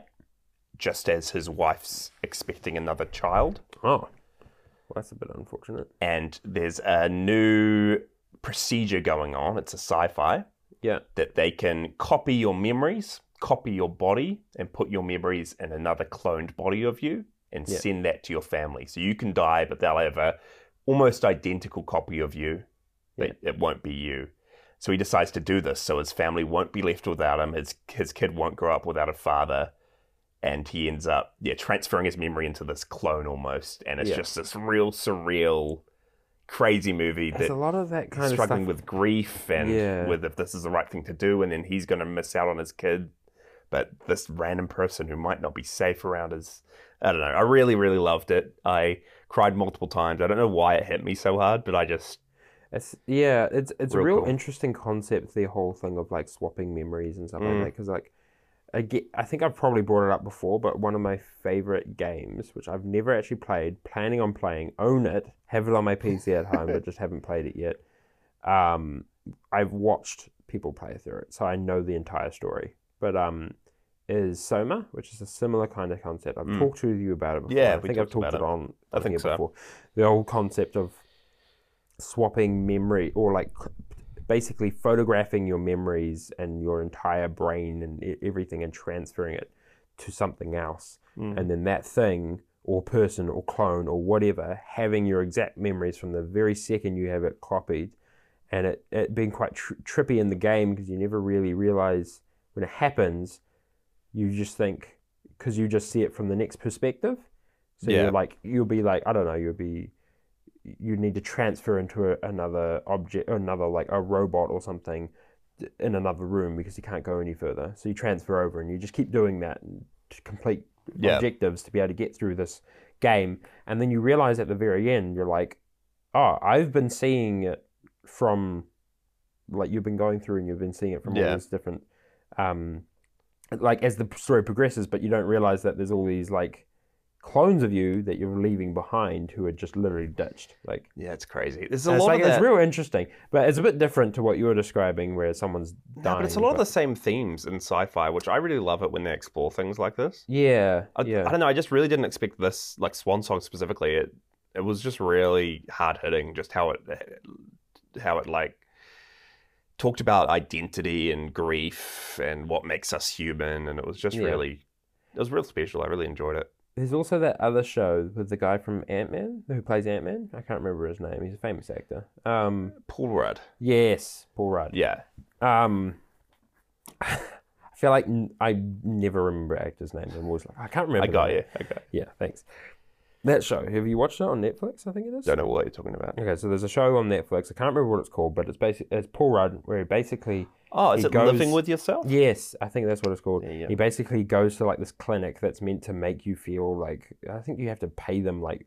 Speaker 1: just as his wife's expecting another child.
Speaker 2: Oh. that's a bit unfortunate.
Speaker 1: And there's a new procedure going on. It's a sci-fi
Speaker 2: Yeah.
Speaker 1: that they can copy your memories, copy your body, and put your memories in another cloned body of you and
Speaker 2: Yeah.
Speaker 1: send that to your family. So you can die, but they'll have a almost identical copy of you, but it won't be you. So he decides to do this so his family won't be left without him, his his kid won't grow up without a father. And he ends up, yeah, transferring his memory into this clone almost, and it's
Speaker 2: Yeah.
Speaker 1: just this real surreal, crazy movie
Speaker 2: There's
Speaker 1: that
Speaker 2: a lot of that kind of
Speaker 1: struggling
Speaker 2: stuff.
Speaker 1: with grief and
Speaker 2: Yeah.
Speaker 1: with if this is the right thing to do, and then he's going to miss out on his kid. But this random person who might not be safe around is, I don't know. I really, really loved it. I cried multiple times. I don't know why it hit me so hard, but I just,
Speaker 2: It's, yeah, it's it's
Speaker 1: Real
Speaker 2: a real
Speaker 1: cool.
Speaker 2: interesting concept. The whole thing of like swapping memories and stuff
Speaker 1: Mm.
Speaker 2: like that. Because like, I get, I think I've probably brought it up before, but one of my favorite games, which I've never actually played, planning on playing, own it, have it on my PC at home, but just haven't played it yet. Um, I've watched people play through it, so I know the entire story. But um, is Soma, which is a similar kind of concept. I've
Speaker 1: Mm.
Speaker 2: talked to you about it before.
Speaker 1: Yeah,
Speaker 2: I
Speaker 1: we
Speaker 2: think I've
Speaker 1: talked about
Speaker 2: talked it
Speaker 1: it.
Speaker 2: on.
Speaker 1: I
Speaker 2: on
Speaker 1: think
Speaker 2: here
Speaker 1: so.
Speaker 2: Before. The whole concept of swapping memory or like c- basically photographing your memories and your entire brain and e- everything and transferring it to something else
Speaker 1: Mm.
Speaker 2: and then that thing or person or clone or whatever having your exact memories from the very second you have it copied and it, it being quite tr- trippy in the game because you never really realize when it happens you just think because you just see it from the next perspective so
Speaker 1: Yeah.
Speaker 2: you're like you'll be like i don't know you'll be you need to transfer into a, another object another like a robot or something in another room because you can't go any further. So you transfer over and you just keep doing that to complete
Speaker 1: Yeah.
Speaker 2: objectives to be able to get through this game. And then you realize at the very end, you're like, oh, I've been seeing it from like you've been going through and you've been seeing it from
Speaker 1: Yeah.
Speaker 2: all these different, um, like as the story progresses, but you don't realize that there's all these like clones of you that you're leaving behind who are just literally ditched. Like
Speaker 1: Yeah, it's crazy. There's a
Speaker 2: it's
Speaker 1: lot
Speaker 2: like
Speaker 1: of that.
Speaker 2: it's real interesting, but it's a bit different to what you were describing, where someone's dying.
Speaker 1: but it's a lot of the same themes in sci-fi, which I really love it when they explore things like this.
Speaker 2: yeah,
Speaker 1: I,
Speaker 2: yeah.
Speaker 1: I don't know. I just really didn't expect this, like Swan Song specifically. It it was just really hard hitting, just how it how it like talked about identity and grief and what makes us human, and it was just
Speaker 2: Yeah.
Speaker 1: really it was real special. I really enjoyed it.
Speaker 2: There's also that other show with the guy from Ant Man who plays Ant Man. I can't remember his name. He's a famous actor. Um,
Speaker 1: Paul Rudd,
Speaker 2: yes, Paul Rudd.
Speaker 1: yeah,
Speaker 2: Um, I feel like n- I never remember actors' names. I'm always like, I can't remember.
Speaker 1: I got
Speaker 2: them.
Speaker 1: you. I got you.
Speaker 2: Yeah, thanks. That show. Have you watched it on Netflix? I think it is.
Speaker 1: Don't know what you're talking about.
Speaker 2: Okay, so there's a show on Netflix. I can't remember what it's called, but it's basically it's Paul Rudd, where he basically
Speaker 1: Oh, is
Speaker 2: He
Speaker 1: it living
Speaker 2: goes-
Speaker 1: with yourself?
Speaker 2: yes, I think that's what it's called.
Speaker 1: Yeah, yeah.
Speaker 2: He basically goes to like this clinic that's meant to make you feel like I think you have to pay them like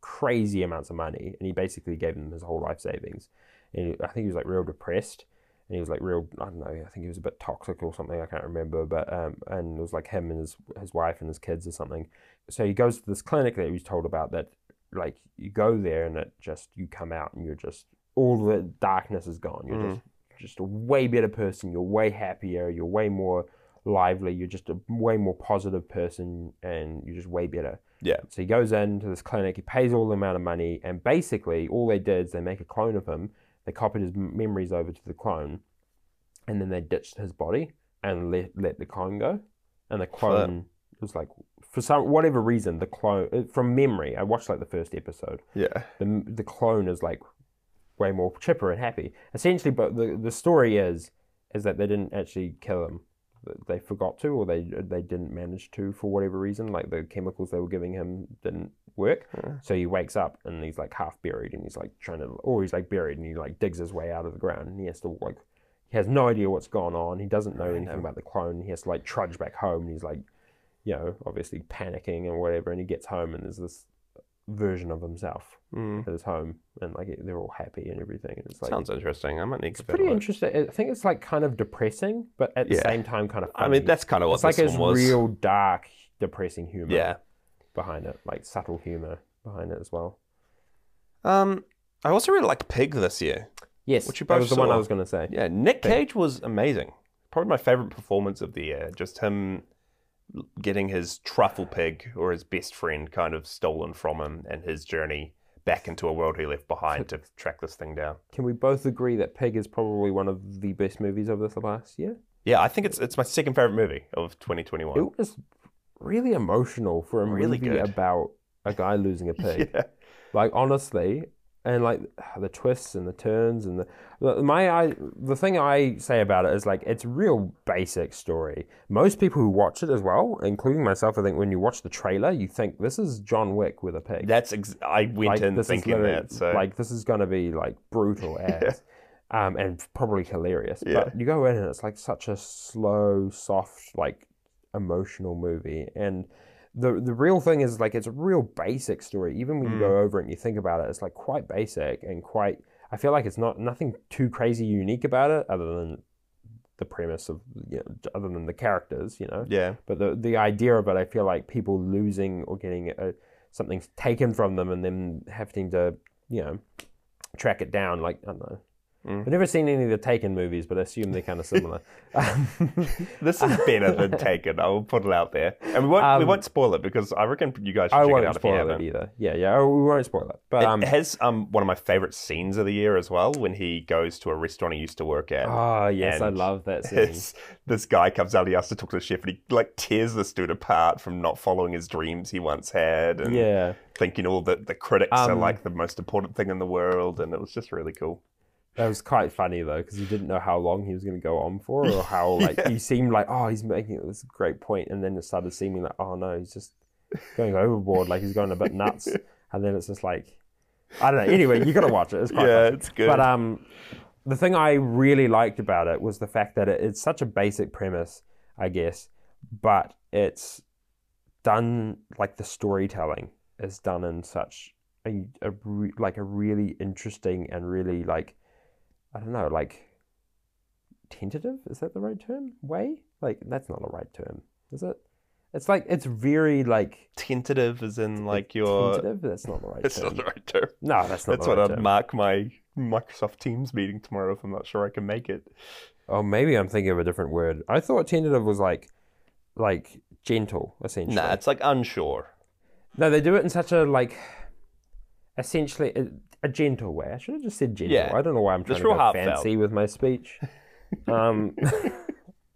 Speaker 2: crazy amounts of money, and he basically gave them his whole life savings. And he- I think he was like real depressed, and he was like real I don't know. I think he was a bit toxic or something. I can't remember, but um, and it was like him and his his wife and his kids or something. So he goes to this clinic that he was told about that like you go there and it just you come out and you're just all the darkness is gone. You're
Speaker 1: Mm.
Speaker 2: just just a way better person. You're way happier. You're way more lively. You're just a way more positive person, and you're just way better.
Speaker 1: Yeah.
Speaker 2: So he goes into this clinic. He pays all the amount of money, and basically all they did is they make a clone of him. They copied his m- memories over to the clone, and then they ditched his body and let let the clone go. And the clone was like, for some whatever reason, the clone uh, from memory. I watched like the first episode
Speaker 1: Yeah.
Speaker 2: the the clone is like way more chipper and happy. Essentially, but the the story is is that they didn't actually kill him. That They forgot to, or they they didn't manage to for whatever reason. Like the chemicals they were giving him didn't work.
Speaker 1: Huh.
Speaker 2: So he wakes up and he's like half buried, and he's like trying to, or he's like buried, and he like digs his way out of the ground, and he has to like. He has no idea what's gone on. He doesn't know anything about the clone. He has to like trudge back home, and he's like, you know, obviously panicking and whatever. And he gets home, and there's this version of himself
Speaker 1: Mm.
Speaker 2: at his home, and like they're all happy and everything. And it's like
Speaker 1: Sounds interesting. I might need to
Speaker 2: it's
Speaker 1: give it a
Speaker 2: pretty
Speaker 1: look.
Speaker 2: interesting. I think it's like kind of depressing, but at the
Speaker 1: Yeah.
Speaker 2: same time, kind of.
Speaker 1: I
Speaker 2: Funny.
Speaker 1: mean, that's kind of what
Speaker 2: it's like
Speaker 1: this
Speaker 2: it's
Speaker 1: one was.
Speaker 2: real dark, depressing humor
Speaker 1: yeah.
Speaker 2: behind it, like subtle humor behind it as well.
Speaker 1: Um, I also really liked Pig this year.
Speaker 2: Yes,
Speaker 1: Which you
Speaker 2: that
Speaker 1: both
Speaker 2: was the one I
Speaker 1: saw.
Speaker 2: was going to say.
Speaker 1: Yeah, Nick Cage was amazing. Probably my favorite performance of the year. Just him getting his truffle pig or his best friend kind of stolen from him and his journey back into a world he left behind to track this thing down.
Speaker 2: Can we both agree that Pig is probably one of the best movies of this last year?
Speaker 1: Yeah, I think it's it's my second favorite movie of 2021.
Speaker 2: It was really emotional for a
Speaker 1: Really
Speaker 2: movie
Speaker 1: good.
Speaker 2: about a guy losing a pig.
Speaker 1: Yeah.
Speaker 2: like honestly and like the twists and the turns and the- the my I the thing I say about it is like it's real basic story. Most people who watch it as well, including myself, I think when you watch the trailer, you think this is John Wick with a pig.
Speaker 1: That's ex- I went
Speaker 2: like
Speaker 1: in
Speaker 2: this is
Speaker 1: thinking
Speaker 2: literally-
Speaker 1: that. So
Speaker 2: like this is gonna be like brutal ass. Um, and probably hilarious,
Speaker 1: Yeah.
Speaker 2: but you go in and it's like such a slow, soft, like emotional movie. And the the real thing is like it's a real basic story. Even when you
Speaker 1: Mm.
Speaker 2: go over it and you think about it, it's like quite basic and quite. I feel like it's not nothing too crazy unique about it, other than the premise of you know, other than the characters, you know.
Speaker 1: yeah.
Speaker 2: But the the idea of it, I feel like people losing or getting uh something taken from them and then having to, you know, track it down. Like I don't know.
Speaker 1: Mm.
Speaker 2: I've never seen any of the Taken movies, but I assume they're kind of similar. um,
Speaker 1: This is better than Taken. I will put it out there, and we won't we
Speaker 2: Um,
Speaker 1: won't spoil it because I reckon you guys should
Speaker 2: I
Speaker 1: check
Speaker 2: won't
Speaker 1: it out if you
Speaker 2: spoil
Speaker 1: haven't.
Speaker 2: it either. Yeah, yeah, I- we won't spoil it. But
Speaker 1: It
Speaker 2: um,
Speaker 1: has um, one of my favorite scenes of the year as well when he goes to a restaurant he used to work at.
Speaker 2: oh yes, I
Speaker 1: and
Speaker 2: love that scene.
Speaker 1: It's- this guy comes out, he has to talk to the chef, and he like tears this dude apart from not following his dreams he once had, and
Speaker 2: Yeah.
Speaker 1: thinking all the the critics are
Speaker 2: Um,
Speaker 1: like the most important thing in the world, and it was just really cool.
Speaker 2: That was quite funny though, because you didn't know how long he was going to go on for, or how like he seemed like, oh, he's making this great point, and then it started seeming like, oh no, he's just going overboard, like he's going a bit nuts, and then it's just like, I don't know. Anyway, you got to watch it. It's quite
Speaker 1: yeah,
Speaker 2: funny.
Speaker 1: it's good.
Speaker 2: But um, the thing I really liked about it was the fact that it, it's such a basic premise, I guess, but it's done like the storytelling is done in such a, a re, like a really interesting and really like I don't know like tentative is that the right term way like that's not the right term is it It's like it's very like
Speaker 1: Tentative is in like your.
Speaker 2: tentative. That's not the right
Speaker 1: That's
Speaker 2: term.
Speaker 1: not the right term.
Speaker 2: No, that's not
Speaker 1: That's
Speaker 2: the
Speaker 1: what
Speaker 2: right
Speaker 1: I'd
Speaker 2: term.
Speaker 1: mark my Microsoft Teams meeting tomorrow if I'm not sure I can make it.
Speaker 2: Oh, maybe I'm thinking of a different word. I thought tentative was like, like gentle, essentially.
Speaker 1: Nah, it's like unsure.
Speaker 2: No, they do it in such a like, essentially a, a gentle way. I should have just said gentle.
Speaker 1: Yeah.
Speaker 2: I don't know why I'm trying
Speaker 1: Just
Speaker 2: to
Speaker 1: real
Speaker 2: go
Speaker 1: heartfelt.
Speaker 2: fancy with my speech. um,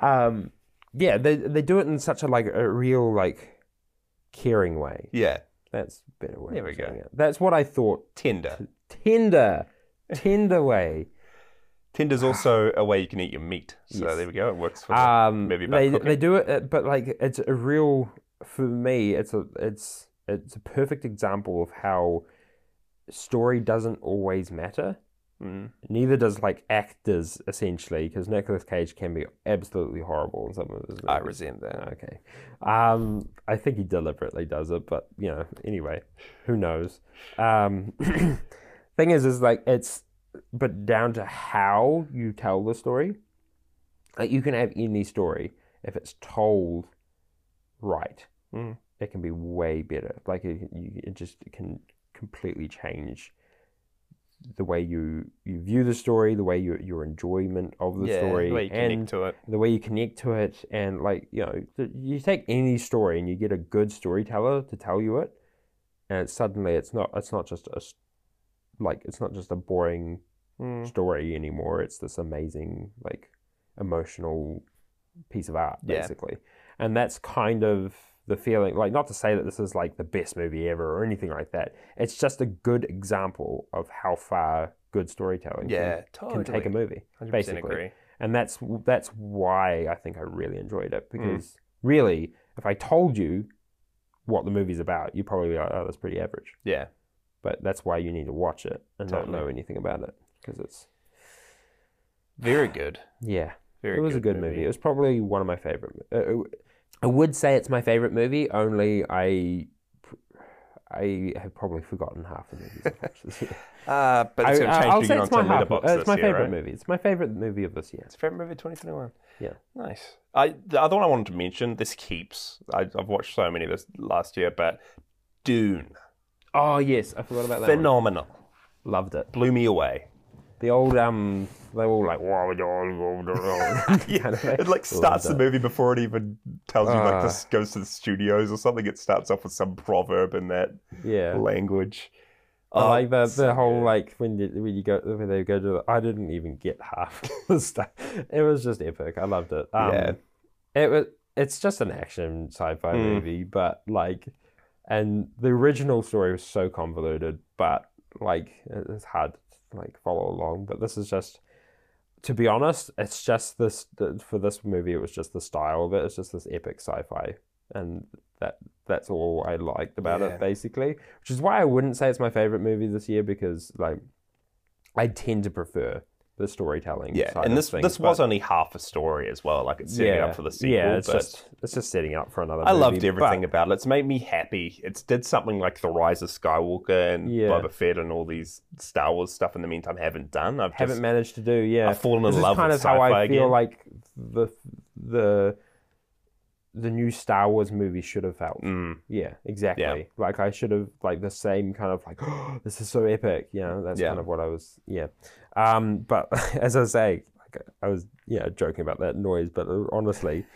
Speaker 2: um, yeah, they they do it in such a like a real like caring way.
Speaker 1: Yeah,
Speaker 2: That's a better way.
Speaker 1: There
Speaker 2: of
Speaker 1: we go.
Speaker 2: saying It. That's what I thought.
Speaker 1: tender.
Speaker 2: Tender, tender way.
Speaker 1: Tender's also a way you can eat your meat. So
Speaker 2: Ah. Yes.
Speaker 1: there we go. It works for that.
Speaker 2: um
Speaker 1: maybe about
Speaker 2: they
Speaker 1: cooking.
Speaker 2: they do it uh, but like it's a real for me it's a it's it's a perfect example of how story doesn't always matter
Speaker 1: Mm.
Speaker 2: neither does like actors essentially because Nicolas Cage can be absolutely horrible in some of his movies.
Speaker 1: I resent that.
Speaker 2: okay um I think he deliberately does it but you know anyway who knows um thing is is like it's but down to how you tell the story like you can have any story if it's told right
Speaker 1: Mm.
Speaker 2: it can be way better like it, you, it just can completely change the way you you view the story the way you, your enjoyment of the
Speaker 1: yeah,
Speaker 2: story
Speaker 1: the way you connect
Speaker 2: and
Speaker 1: to it.
Speaker 2: the way you connect to it and like you know th- you take any story and you get a good storyteller to tell you it and it's suddenly it's not it's not just a s- like it's not just a boring
Speaker 1: Mm.
Speaker 2: story anymore it's this amazing like emotional piece of art
Speaker 1: Yeah.
Speaker 2: basically and that's kind of the feeling like not to say that this is like the best movie ever or anything like that it's just a good example of how far good storytelling can-
Speaker 1: Yeah, Oh,
Speaker 2: can,
Speaker 1: totally.
Speaker 2: take a movie
Speaker 1: 100%
Speaker 2: basically
Speaker 1: agree.
Speaker 2: and that's that's why I think I really enjoyed
Speaker 1: Mm.
Speaker 2: it because really, if I told you what the movie's about, you'd probably be like, "Oh, that's pretty average."
Speaker 1: Yeah.
Speaker 2: But that's why you need to watch it and
Speaker 1: Totally.
Speaker 2: not know anything about it because it's
Speaker 1: Very good.
Speaker 2: yeah,
Speaker 1: Very
Speaker 2: it was a good movie. It was probably one of my favorite. mo- Uh, uh, I would say it's my favorite movie. Only I. pr- I have probably forgotten half the movies. I've watched this year.
Speaker 1: Uh, but
Speaker 2: I,
Speaker 1: it's going to change
Speaker 2: I'll say
Speaker 1: again on
Speaker 2: it's my,
Speaker 1: some
Speaker 2: half, uh,
Speaker 1: letterbox
Speaker 2: it's my favorite
Speaker 1: right?
Speaker 2: movie. It's my favorite movie of this year.
Speaker 1: It's a favorite movie of 2021.
Speaker 2: Yeah.
Speaker 1: Nice. I the other one I wanted to mention, this keeps. I, I've watched so many this last year, but Dune.
Speaker 2: Oh yes, I forgot about that. one.
Speaker 1: Phenomenal.
Speaker 2: Loved it.
Speaker 1: Blew me away.
Speaker 2: The old um, they were all like, "Whoa, whoa, whoa, whoa," kind of thing.
Speaker 1: It like starts the movie before it even tells you like
Speaker 2: Ah.
Speaker 1: this goes to the studios or something. It starts off with some proverb in that
Speaker 2: Yeah,
Speaker 1: language.
Speaker 2: But,
Speaker 1: Oh,
Speaker 2: like the
Speaker 1: so
Speaker 2: the whole
Speaker 1: good.
Speaker 2: like when you, when you go when they go to the, I didn't even get half of the stuff. It was just epic. I loved it. Um,
Speaker 1: Yeah.
Speaker 2: it was. It's just an action sci-fi
Speaker 1: Mm.
Speaker 2: movie, but like, and the original story was so convoluted, but like it- it's hard to like follow along. But this is just. To be honest, it's just this the- for this movie. It was just the style of it. It's just this epic sci-fi, and that that's all I liked about
Speaker 1: Yeah.
Speaker 2: it basically. Which is why I wouldn't say it's my favorite movie this year because like I tend to prefer the storytelling.
Speaker 1: yeah,
Speaker 2: side
Speaker 1: and
Speaker 2: of
Speaker 1: this
Speaker 2: things,
Speaker 1: this was
Speaker 2: but-
Speaker 1: only half a story as well. Like it's setting it up for the sequel.
Speaker 2: Yeah, it's
Speaker 1: but
Speaker 2: just it's just setting up for another.
Speaker 1: I
Speaker 2: movie,
Speaker 1: loved everything
Speaker 2: but-
Speaker 1: about it. It's made me happy. It's did something like the Rise of Skywalker and
Speaker 2: Yeah.
Speaker 1: Boba Fett and all these Star Wars stuff. In the meantime, haven't done. I've
Speaker 2: haven't
Speaker 1: just
Speaker 2: managed to do. Yeah,
Speaker 1: I've fallen in
Speaker 2: this
Speaker 1: love
Speaker 2: is kind
Speaker 1: with
Speaker 2: of how I
Speaker 1: sci-fi
Speaker 2: feel
Speaker 1: again.
Speaker 2: like the the the new Star Wars movie should have felt.
Speaker 1: Mm,
Speaker 2: Yeah, exactly. Like I should have like the same kind of like this is so epic. You know, that's
Speaker 1: Yeah.
Speaker 2: kind of what I was. Yeah. Um, but as I say, like I was yeah joking about that noise, but uh, honestly,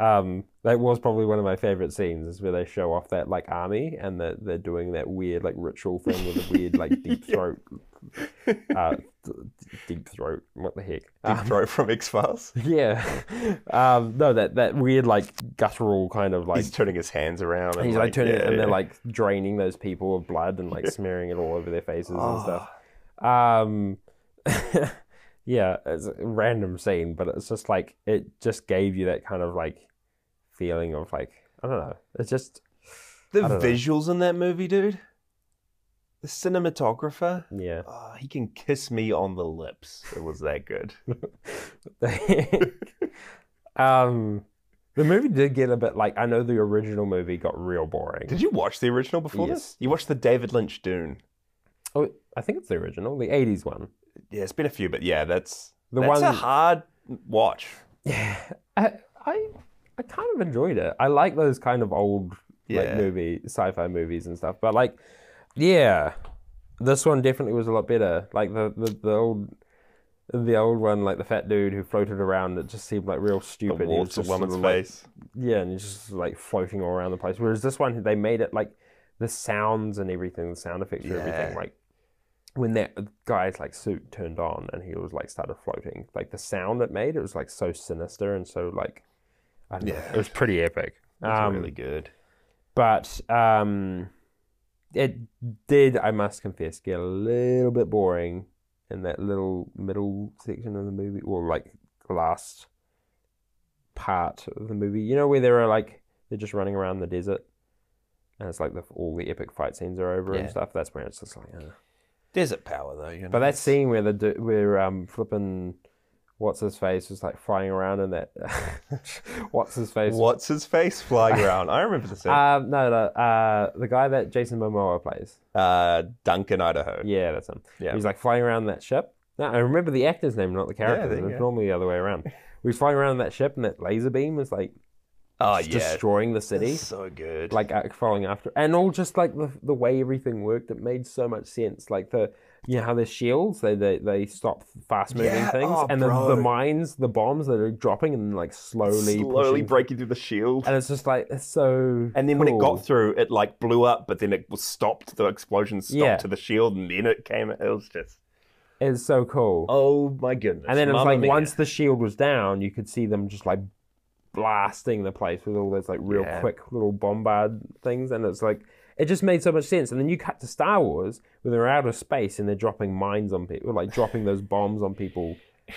Speaker 2: um, that was probably one of my favorite scenes is where they show off that like army and that they're doing that weird like ritual thing with a weird like deep throat. Uh, th- deep throat. What the heck? Uh,
Speaker 1: deep throat from X Files.
Speaker 2: Yeah. Um, no, that that weird like guttural kind of like
Speaker 1: He's turning his hands around. And
Speaker 2: He's like, turning
Speaker 1: yeah,
Speaker 2: and they're
Speaker 1: yeah.
Speaker 2: like draining those people of blood and like smearing it all over their faces and
Speaker 1: Oh,
Speaker 2: stuff. Um, yeah, it's a random scene, but it's just like it just gave you that kind of like feeling of like I don't know. It's just
Speaker 1: the
Speaker 2: I don't know.
Speaker 1: visuals in that movie, dude. The cinematographer.
Speaker 2: yeah.
Speaker 1: Oh, he can kiss me on the lips. It was that good.
Speaker 2: um, the movie did get a bit like I know the original movie got real boring.
Speaker 1: Did you watch the original before
Speaker 2: Yes.
Speaker 1: this? You watched the David Lynch Dune.
Speaker 2: oh, I think it's the original, the '80s one.
Speaker 1: Yeah, it's been a few, but yeah, that's
Speaker 2: The
Speaker 1: that's a
Speaker 2: one-
Speaker 1: hard watch.
Speaker 2: Uh, I I I kind of enjoyed it. I like those kind of old like
Speaker 1: Yeah.
Speaker 2: movie sci-fi movies and stuff. But like, yeah, this one definitely was a lot better. Like the the, the old. The old one, like the fat dude who floated around, it just seemed like real stupid. He was
Speaker 1: Towards a
Speaker 2: just
Speaker 1: woman's
Speaker 2: sort of, like,
Speaker 1: face.
Speaker 2: yeah, and it's just like floating all around the place. Whereas this one, they made it like the sounds and everything, the sound effects and everything.
Speaker 1: Yeah.
Speaker 2: Like when that guy's like suit turned on and he was like started floating, like the sound it made, it was like so sinister and so like, I don't know,
Speaker 1: Yeah.
Speaker 2: it was pretty epic.
Speaker 1: It's
Speaker 2: Um,
Speaker 1: really good.
Speaker 2: But um, it did, I must confess, get a little bit boring in that little middle section of the movie, or like last part of the movie. You know where there are like they're just running around the desert, and it's like the, all the epic fight scenes are over and
Speaker 1: Yeah.
Speaker 2: stuff. That's where it's just like. Uh.
Speaker 1: Desert power though, you know.
Speaker 2: But that scene where the du- where um flipping. What's his face was like flying around in that. What's his face?
Speaker 1: What's his face flying around? I remember the scene. Uh,
Speaker 2: Um, no, no. Uh, the guy that Jason Momoa plays.
Speaker 1: Uh, Duncan, Idaho.
Speaker 2: Yeah, that's him.
Speaker 1: Yeah.
Speaker 2: He's like flying around that ship. No, I remember the actor's name, not the character.
Speaker 1: there you
Speaker 2: it's
Speaker 1: go.
Speaker 2: normally the other way around. We was flying around that ship, and that laser beam was like
Speaker 1: Oh
Speaker 2: just
Speaker 1: yeah.
Speaker 2: destroying the
Speaker 1: That's
Speaker 2: city,
Speaker 1: so good.
Speaker 2: like uh, following after, and all just like the, the way everything worked. It made so much sense. Like the you know how the shields they they, they stop fast moving
Speaker 1: Yeah,
Speaker 2: things,
Speaker 1: oh,
Speaker 2: and then the
Speaker 1: bro.
Speaker 2: mines, the bombs that are dropping, and like slowly
Speaker 1: slowly
Speaker 2: pushing-
Speaker 1: breaking through the shield.
Speaker 2: And it's just like it's so.
Speaker 1: And then when it
Speaker 2: cool.
Speaker 1: got through, it like blew up, but then it was stopped. The explosion stopped
Speaker 2: Yeah.
Speaker 1: to the shield, and then it came. It was just
Speaker 2: it's so cool.
Speaker 1: oh my goodness.
Speaker 2: And then it was
Speaker 1: Mamma
Speaker 2: like
Speaker 1: mia.
Speaker 2: once the shield was down, you could see them just like blasting the place with all those like real
Speaker 1: Yeah.
Speaker 2: quick little bombard things, and it's like it just made so much sense. And then you cut to Star Wars where they're out of space and they're dropping mines on people, like dropping those bombs on people,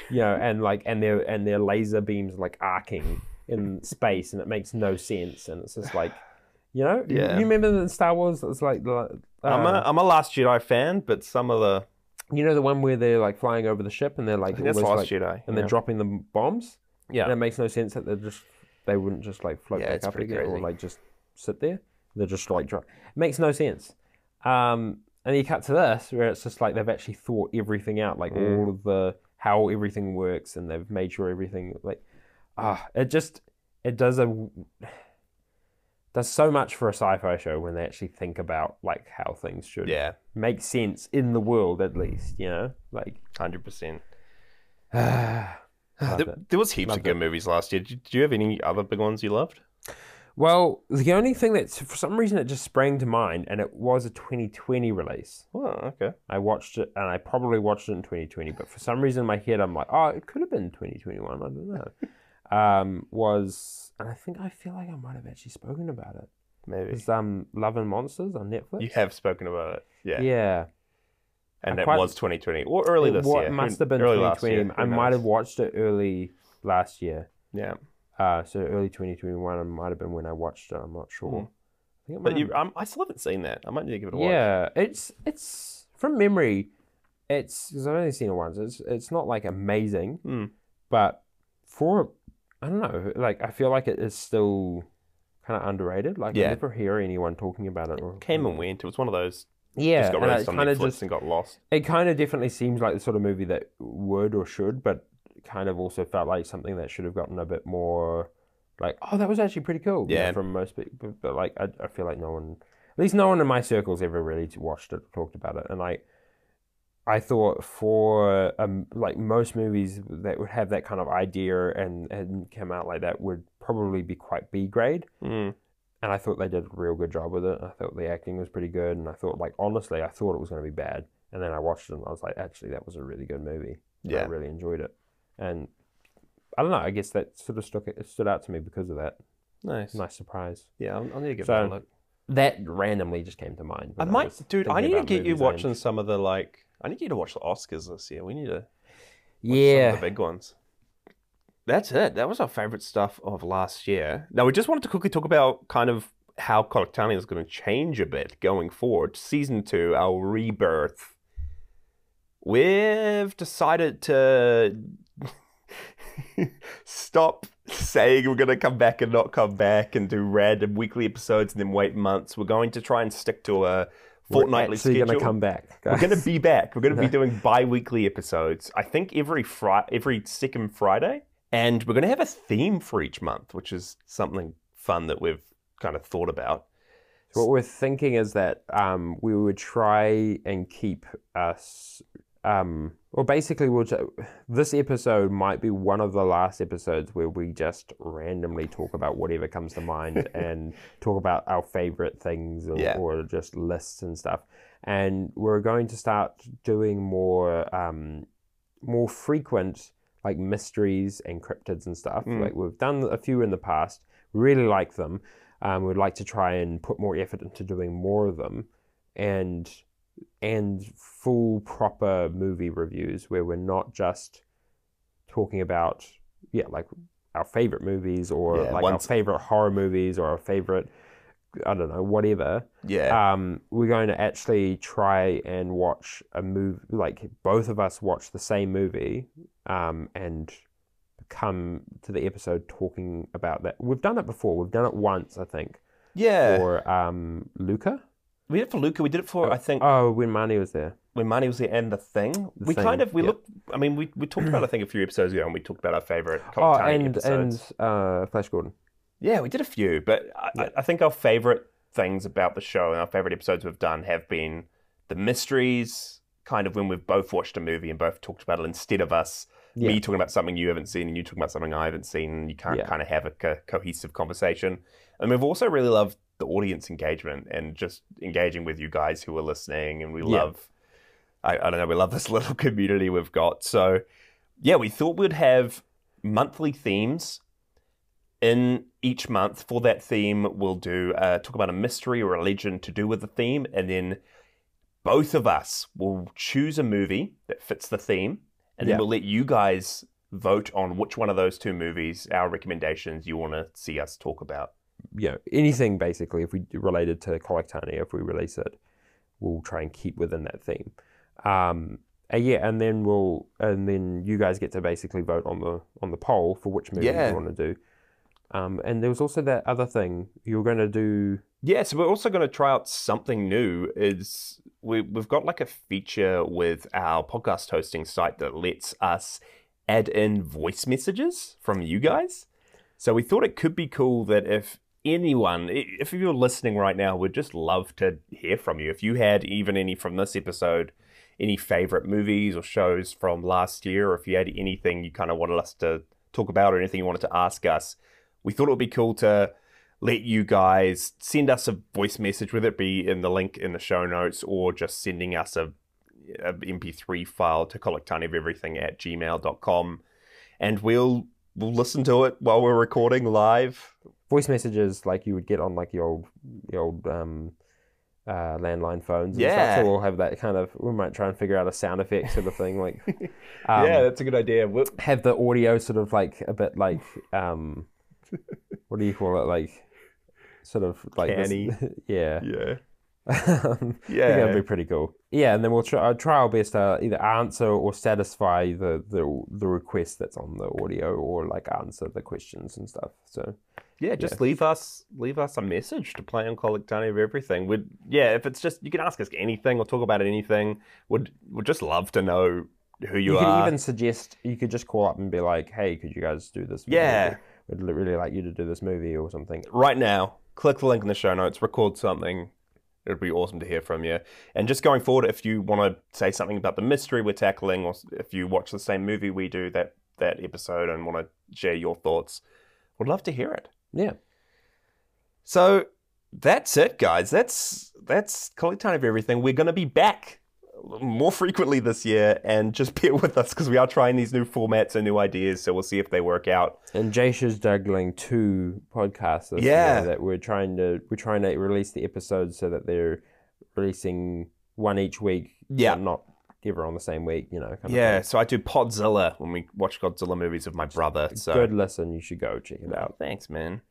Speaker 2: you know, and like and their and their laser beams like arcing in space, and it makes no sense, and it's just like. You know, You-
Speaker 1: Yeah.
Speaker 2: you remember that in Star Wars? It's like, the, uh,
Speaker 1: I'm a I'm a Last Jedi fan, but some of the
Speaker 2: you know, the one where they're like flying over the ship and they're like,
Speaker 1: I think that's
Speaker 2: all
Speaker 1: Last
Speaker 2: those, like,
Speaker 1: Jedi,
Speaker 2: and they're
Speaker 1: yeah.
Speaker 2: dropping the bombs.
Speaker 1: Yeah.
Speaker 2: and it makes no sense that they're just they wouldn't just like float
Speaker 1: Yeah,
Speaker 2: back
Speaker 1: it's
Speaker 2: up
Speaker 1: pretty
Speaker 2: again or
Speaker 1: crazy.
Speaker 2: like just sit there. They're just like drop. It makes no sense. Um, and you cut to this where it's just like they've actually thought everything out, like
Speaker 1: Mm.
Speaker 2: all of the how everything works, and they've made sure everything like ah, it just it does a does so much for a sci-fi show when they actually think about like how things should
Speaker 1: yeah,
Speaker 2: make sense in the world at least, you know, like. ah.
Speaker 1: hundred percent.
Speaker 2: Love
Speaker 1: There,
Speaker 2: it.
Speaker 1: there was heaps
Speaker 2: Loved
Speaker 1: of good movies last year. Did, do you have any other big ones you loved?
Speaker 2: Well, the only thing that for some reason it just sprang to mind, and it was a 2020 release.
Speaker 1: Oh, okay.
Speaker 2: I watched it, and I probably watched it in 2020, but for some reason in my head, I'm like, oh, it could have been 2021. I don't know. um, was and I think I feel like I might have actually spoken about it.
Speaker 1: Maybe
Speaker 2: It's um, Love and Monsters on Netflix.
Speaker 1: you have spoken about it. Yeah,
Speaker 2: yeah.
Speaker 1: and
Speaker 2: I
Speaker 1: that
Speaker 2: quite-
Speaker 1: was 2020 or early this
Speaker 2: what
Speaker 1: year. Who-
Speaker 2: must have been
Speaker 1: early last
Speaker 2: 2020.
Speaker 1: year. Who
Speaker 2: I might
Speaker 1: knows?
Speaker 2: have watched it early last year.
Speaker 1: Yeah,
Speaker 2: Uh, so early 2021 it might have been when I watched it. I'm not sure.
Speaker 1: Hmm.
Speaker 2: I think it might
Speaker 1: but
Speaker 2: have
Speaker 1: you, um, I still haven't seen that. I might need to give it a watch.
Speaker 2: Yeah, it's it's from memory. It's because I've only seen it once. It's it's not like amazing,
Speaker 1: Hmm.
Speaker 2: but for I don't know, like I feel like it is still kind of underrated. Like I
Speaker 1: Yeah.
Speaker 2: never hear anyone talking about it. Or,
Speaker 1: Came and went. It was one of those
Speaker 2: yeah,
Speaker 1: just got
Speaker 2: and
Speaker 1: released
Speaker 2: it
Speaker 1: on
Speaker 2: kind of
Speaker 1: Netflix
Speaker 2: just
Speaker 1: and got lost.
Speaker 2: it kind of definitely seems like the sort of movie that would or should, but kind of also felt like something that should have gotten a bit more like, oh, that was actually pretty cool. you know,
Speaker 1: Yeah.
Speaker 2: from most people, but, but, like I, I feel like no one, at least no one in my circles ever really watched it, talked about it, and I, I thought for um, like most movies that would have that kind of idea and and come out like that would probably be quite B grade
Speaker 1: Mm.
Speaker 2: and I thought they did a real good job with it. I thought the acting was pretty good, and I thought like honestly, I thought it was going to be bad, and then I watched it, and I was like, actually, that was a really good movie. And I
Speaker 1: Yeah.
Speaker 2: really enjoyed it, and I don't know. I guess that sort of stuck it stood out to me because of that.
Speaker 1: Nice.
Speaker 2: Nice surprise.
Speaker 1: Yeah, I'll, I'll need to give
Speaker 2: So,
Speaker 1: it a look.
Speaker 2: That randomly just came to mind.
Speaker 1: I
Speaker 2: when
Speaker 1: might,
Speaker 2: was
Speaker 1: dude. I
Speaker 2: thinking
Speaker 1: need to
Speaker 2: about
Speaker 1: get you
Speaker 2: movies I
Speaker 1: watching
Speaker 2: enjoy.
Speaker 1: some of the like. I need you to watch the Oscars this year. We need to
Speaker 2: Yeah,
Speaker 1: some of the big ones. That's it. That was our favorite stuff of last year. Now we just wanted to quickly talk about kind of how Collectania is going to change a bit going forward. Season two, our rebirth. We've decided to stop saying we're going to come back and not come back and do random weekly episodes and then wait months. We're going to try and stick to a
Speaker 2: We're
Speaker 1: fortnightly
Speaker 2: actually
Speaker 1: schedule.
Speaker 2: gonna come back.
Speaker 1: We're going to
Speaker 2: guys.
Speaker 1: be back. We're going to be doing bi-weekly episodes. I think every Friday, every second Friday And we're going to have a theme for each month, which is something fun that we've kind of thought about.
Speaker 2: So what we're thinking is that um, we would try and keep us. Um, well, basically, we'll ju- this episode might be one of the last episodes where we just randomly talk about whatever comes to mind and talk about our favorite things or,
Speaker 1: Yeah.
Speaker 2: or just lists and stuff. And we're going to start doing more, um, more frequent like mysteries and cryptids and stuff.
Speaker 1: Mm.
Speaker 2: Like we've done a few in the past, really like them. Um, we'd like to try and put more effort into doing more of them, and and full proper movie reviews where we're not just talking about yeah like our favorite movies or
Speaker 1: Yeah,
Speaker 2: like our
Speaker 1: once-
Speaker 2: favorite horror movies or our favorite I don't know whatever
Speaker 1: Yeah.
Speaker 2: um, we're going to actually try and watch a movie, like both of us watch the same movie, um, and come to the episode talking about that. We've done it before. We've done it once, I think,
Speaker 1: yeah.
Speaker 2: for um, Luca.
Speaker 1: we did it for Luca. We did it for, I think,
Speaker 2: Oh, when Marnie was there.
Speaker 1: when Marnie was there and The Thing. we
Speaker 2: Thing,
Speaker 1: kind of, we
Speaker 2: yeah.
Speaker 1: looked, I mean, we, we talked about, I think, a few episodes ago and we talked about our favorite
Speaker 2: Oh,
Speaker 1: Cocktail
Speaker 2: and
Speaker 1: episodes.
Speaker 2: and uh, Flash Gordon.
Speaker 1: Yeah, we did a few, but I, I I think our favorite things about the show and our favorite episodes we've done have been the mysteries, kind of when we've both watched a movie and both talked about it instead of us
Speaker 2: Yeah.
Speaker 1: me talking about something you haven't seen and you talking about something I haven't seen. And you can't
Speaker 2: Yeah.
Speaker 1: kind of have a co- cohesive conversation. And we've also really loved the audience engagement and just engaging with you guys who are listening. And we
Speaker 2: Yeah.
Speaker 1: love, I, I don't know, we love this little community we've got. So yeah, we thought we'd have monthly themes. In each month for that theme, we'll do uh, talk about a mystery or a legend to do with the theme, and then both of us will choose a movie that fits the theme, and then
Speaker 2: Yeah.
Speaker 1: we'll let you guys vote on which one of those two movies, our recommendations, you want to see us talk about.
Speaker 2: You know, anything basically if we related to Collectania, if we release it, we'll try and keep within that theme. Um, uh, yeah, and then we'll and then you guys get to basically vote on the on the poll for which movie
Speaker 1: Yeah.
Speaker 2: you want to do. Um, and there was also that other thing you were going to do.
Speaker 1: Yeah, so we're also going to try out something new. Is we we've got like a feature with our podcast hosting site that lets us add in voice messages from you guys. So we thought it could be cool that if anyone, i- if you're listening right now, we'd just love to hear from you. If you had even any from this episode, any favorite movies or shows from last year, or if you had anything you kind of wanted us to talk about or anything you wanted to ask us, we thought it would be cool to let you guys send us a voice message, whether it be in the link in the show notes or just sending us a, a MP3 file to collectanefeverything at gmail.com. And we'll we'll listen to it while we're recording live.
Speaker 2: Voice messages like you would get on like the old the old um, uh, landline phones. And
Speaker 1: Yeah.
Speaker 2: Stuff. So we'll have that kind of. We might try and figure out a sound effect sort of thing. Like, um,
Speaker 1: yeah, that's a good idea. We'll,
Speaker 2: have the audio sort of like a bit like um what do you call it like sort of like this-
Speaker 1: Canny.
Speaker 2: yeah
Speaker 1: yeah.
Speaker 2: um, I think
Speaker 1: Yeah.
Speaker 2: that'd be pretty cool yeah and then we'll try, try our best to either answer or satisfy the, the the request that's on the audio or like answer the questions and stuff so
Speaker 1: Yeah, just leave us leave us a message to play on Collectani of everything. Would yeah, if it's just you can ask us anything or talk about anything. Would would just love to know who you,
Speaker 2: you could
Speaker 1: are.
Speaker 2: even suggest you could just call up and be like hey could you guys do this
Speaker 1: Yeah.
Speaker 2: movie? we'd li- really like you to do this movie or something
Speaker 1: right now, click the link in the show notes, record something. It would be awesome to hear from you. And just going forward, if you want to say something about the mystery we're tackling, or s- if you watch the same movie we do that that episode and want to share your thoughts, would love to hear it.
Speaker 2: yeah
Speaker 1: So that's it, guys. That's that's collect time of everything. We're gonna be back more frequently this year, and just bear with us because we are trying these new formats and new ideas. So we'll see if they work out.
Speaker 2: And Jace is juggling two podcasts. this year
Speaker 1: Yeah.
Speaker 2: that we're trying to we're trying to release the episodes so that they're releasing one each week.
Speaker 1: Yeah.
Speaker 2: but not ever on the same week. You know. Kind of
Speaker 1: Yeah.
Speaker 2: thing.
Speaker 1: So I do Podzilla when we watch Godzilla movies with my brother. So
Speaker 2: Good listen. You should go check it out.
Speaker 1: Oh, thanks, man.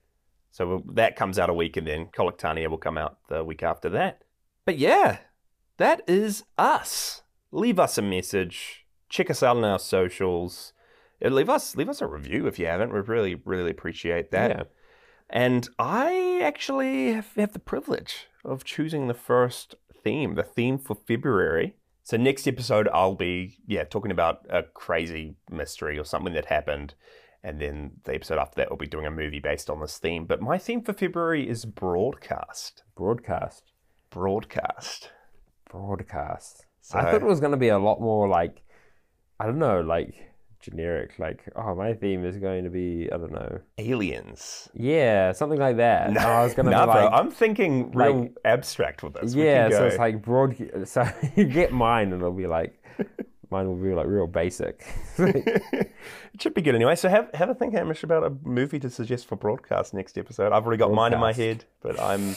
Speaker 1: So we'll, that comes out a week, and then Collectania will come out the week after that. But yeah, that is us. Leave us a message. Check us out on our socials. And leave us leave us a review if you haven't. We'd really really appreciate that.
Speaker 2: Yeah.
Speaker 1: And I actually have, have the privilege of choosing the first theme, the theme for February. So next episode, I'll be yeah talking about a crazy mystery or something that happened, And then the episode after that, we'll be doing a movie based on this theme. But my theme for February is broadcast.
Speaker 2: Broadcast.
Speaker 1: Broadcast.
Speaker 2: Broadcast. I thought it was going to be a lot more like, I don't know, like generic. Like, oh, my theme is going to be, I don't know.
Speaker 1: Aliens.
Speaker 2: Yeah, something like that. No, I was going to
Speaker 1: Nah,
Speaker 2: be
Speaker 1: bro,
Speaker 2: like,
Speaker 1: I'm thinking real
Speaker 2: like-
Speaker 1: abstract with this. We can
Speaker 2: yeah, so
Speaker 1: go-
Speaker 2: it's like broad. So you get mine, and it'll be like, mine will be like real basic.
Speaker 1: it should be good anyway. So have have a think, Hamish, about a movie to suggest for broadcast next episode. I've already got mine in my head, but I'm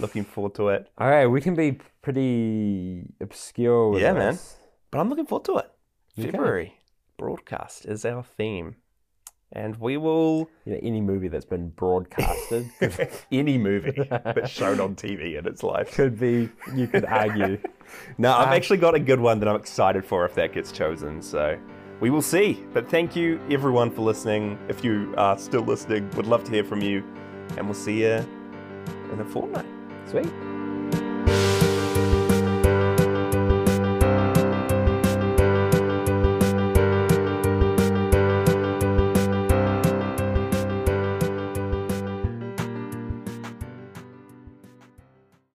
Speaker 1: looking forward to it.
Speaker 2: All right, we can be pretty obscure. With
Speaker 1: Yeah, man.
Speaker 2: this.
Speaker 1: But I'm looking forward to it.
Speaker 2: Okay.
Speaker 1: February broadcast is our theme, and we will
Speaker 2: You know, any movie that's been broadcasted could,
Speaker 1: any movie that's shown on TV in its life.
Speaker 2: could be. You could argue.
Speaker 1: No, I've actually got a good one that I'm excited for if that gets chosen. So we will see. But thank you everyone for listening. If you are still listening, would love to hear from you, and we'll see you in a fortnight.
Speaker 2: Sweet.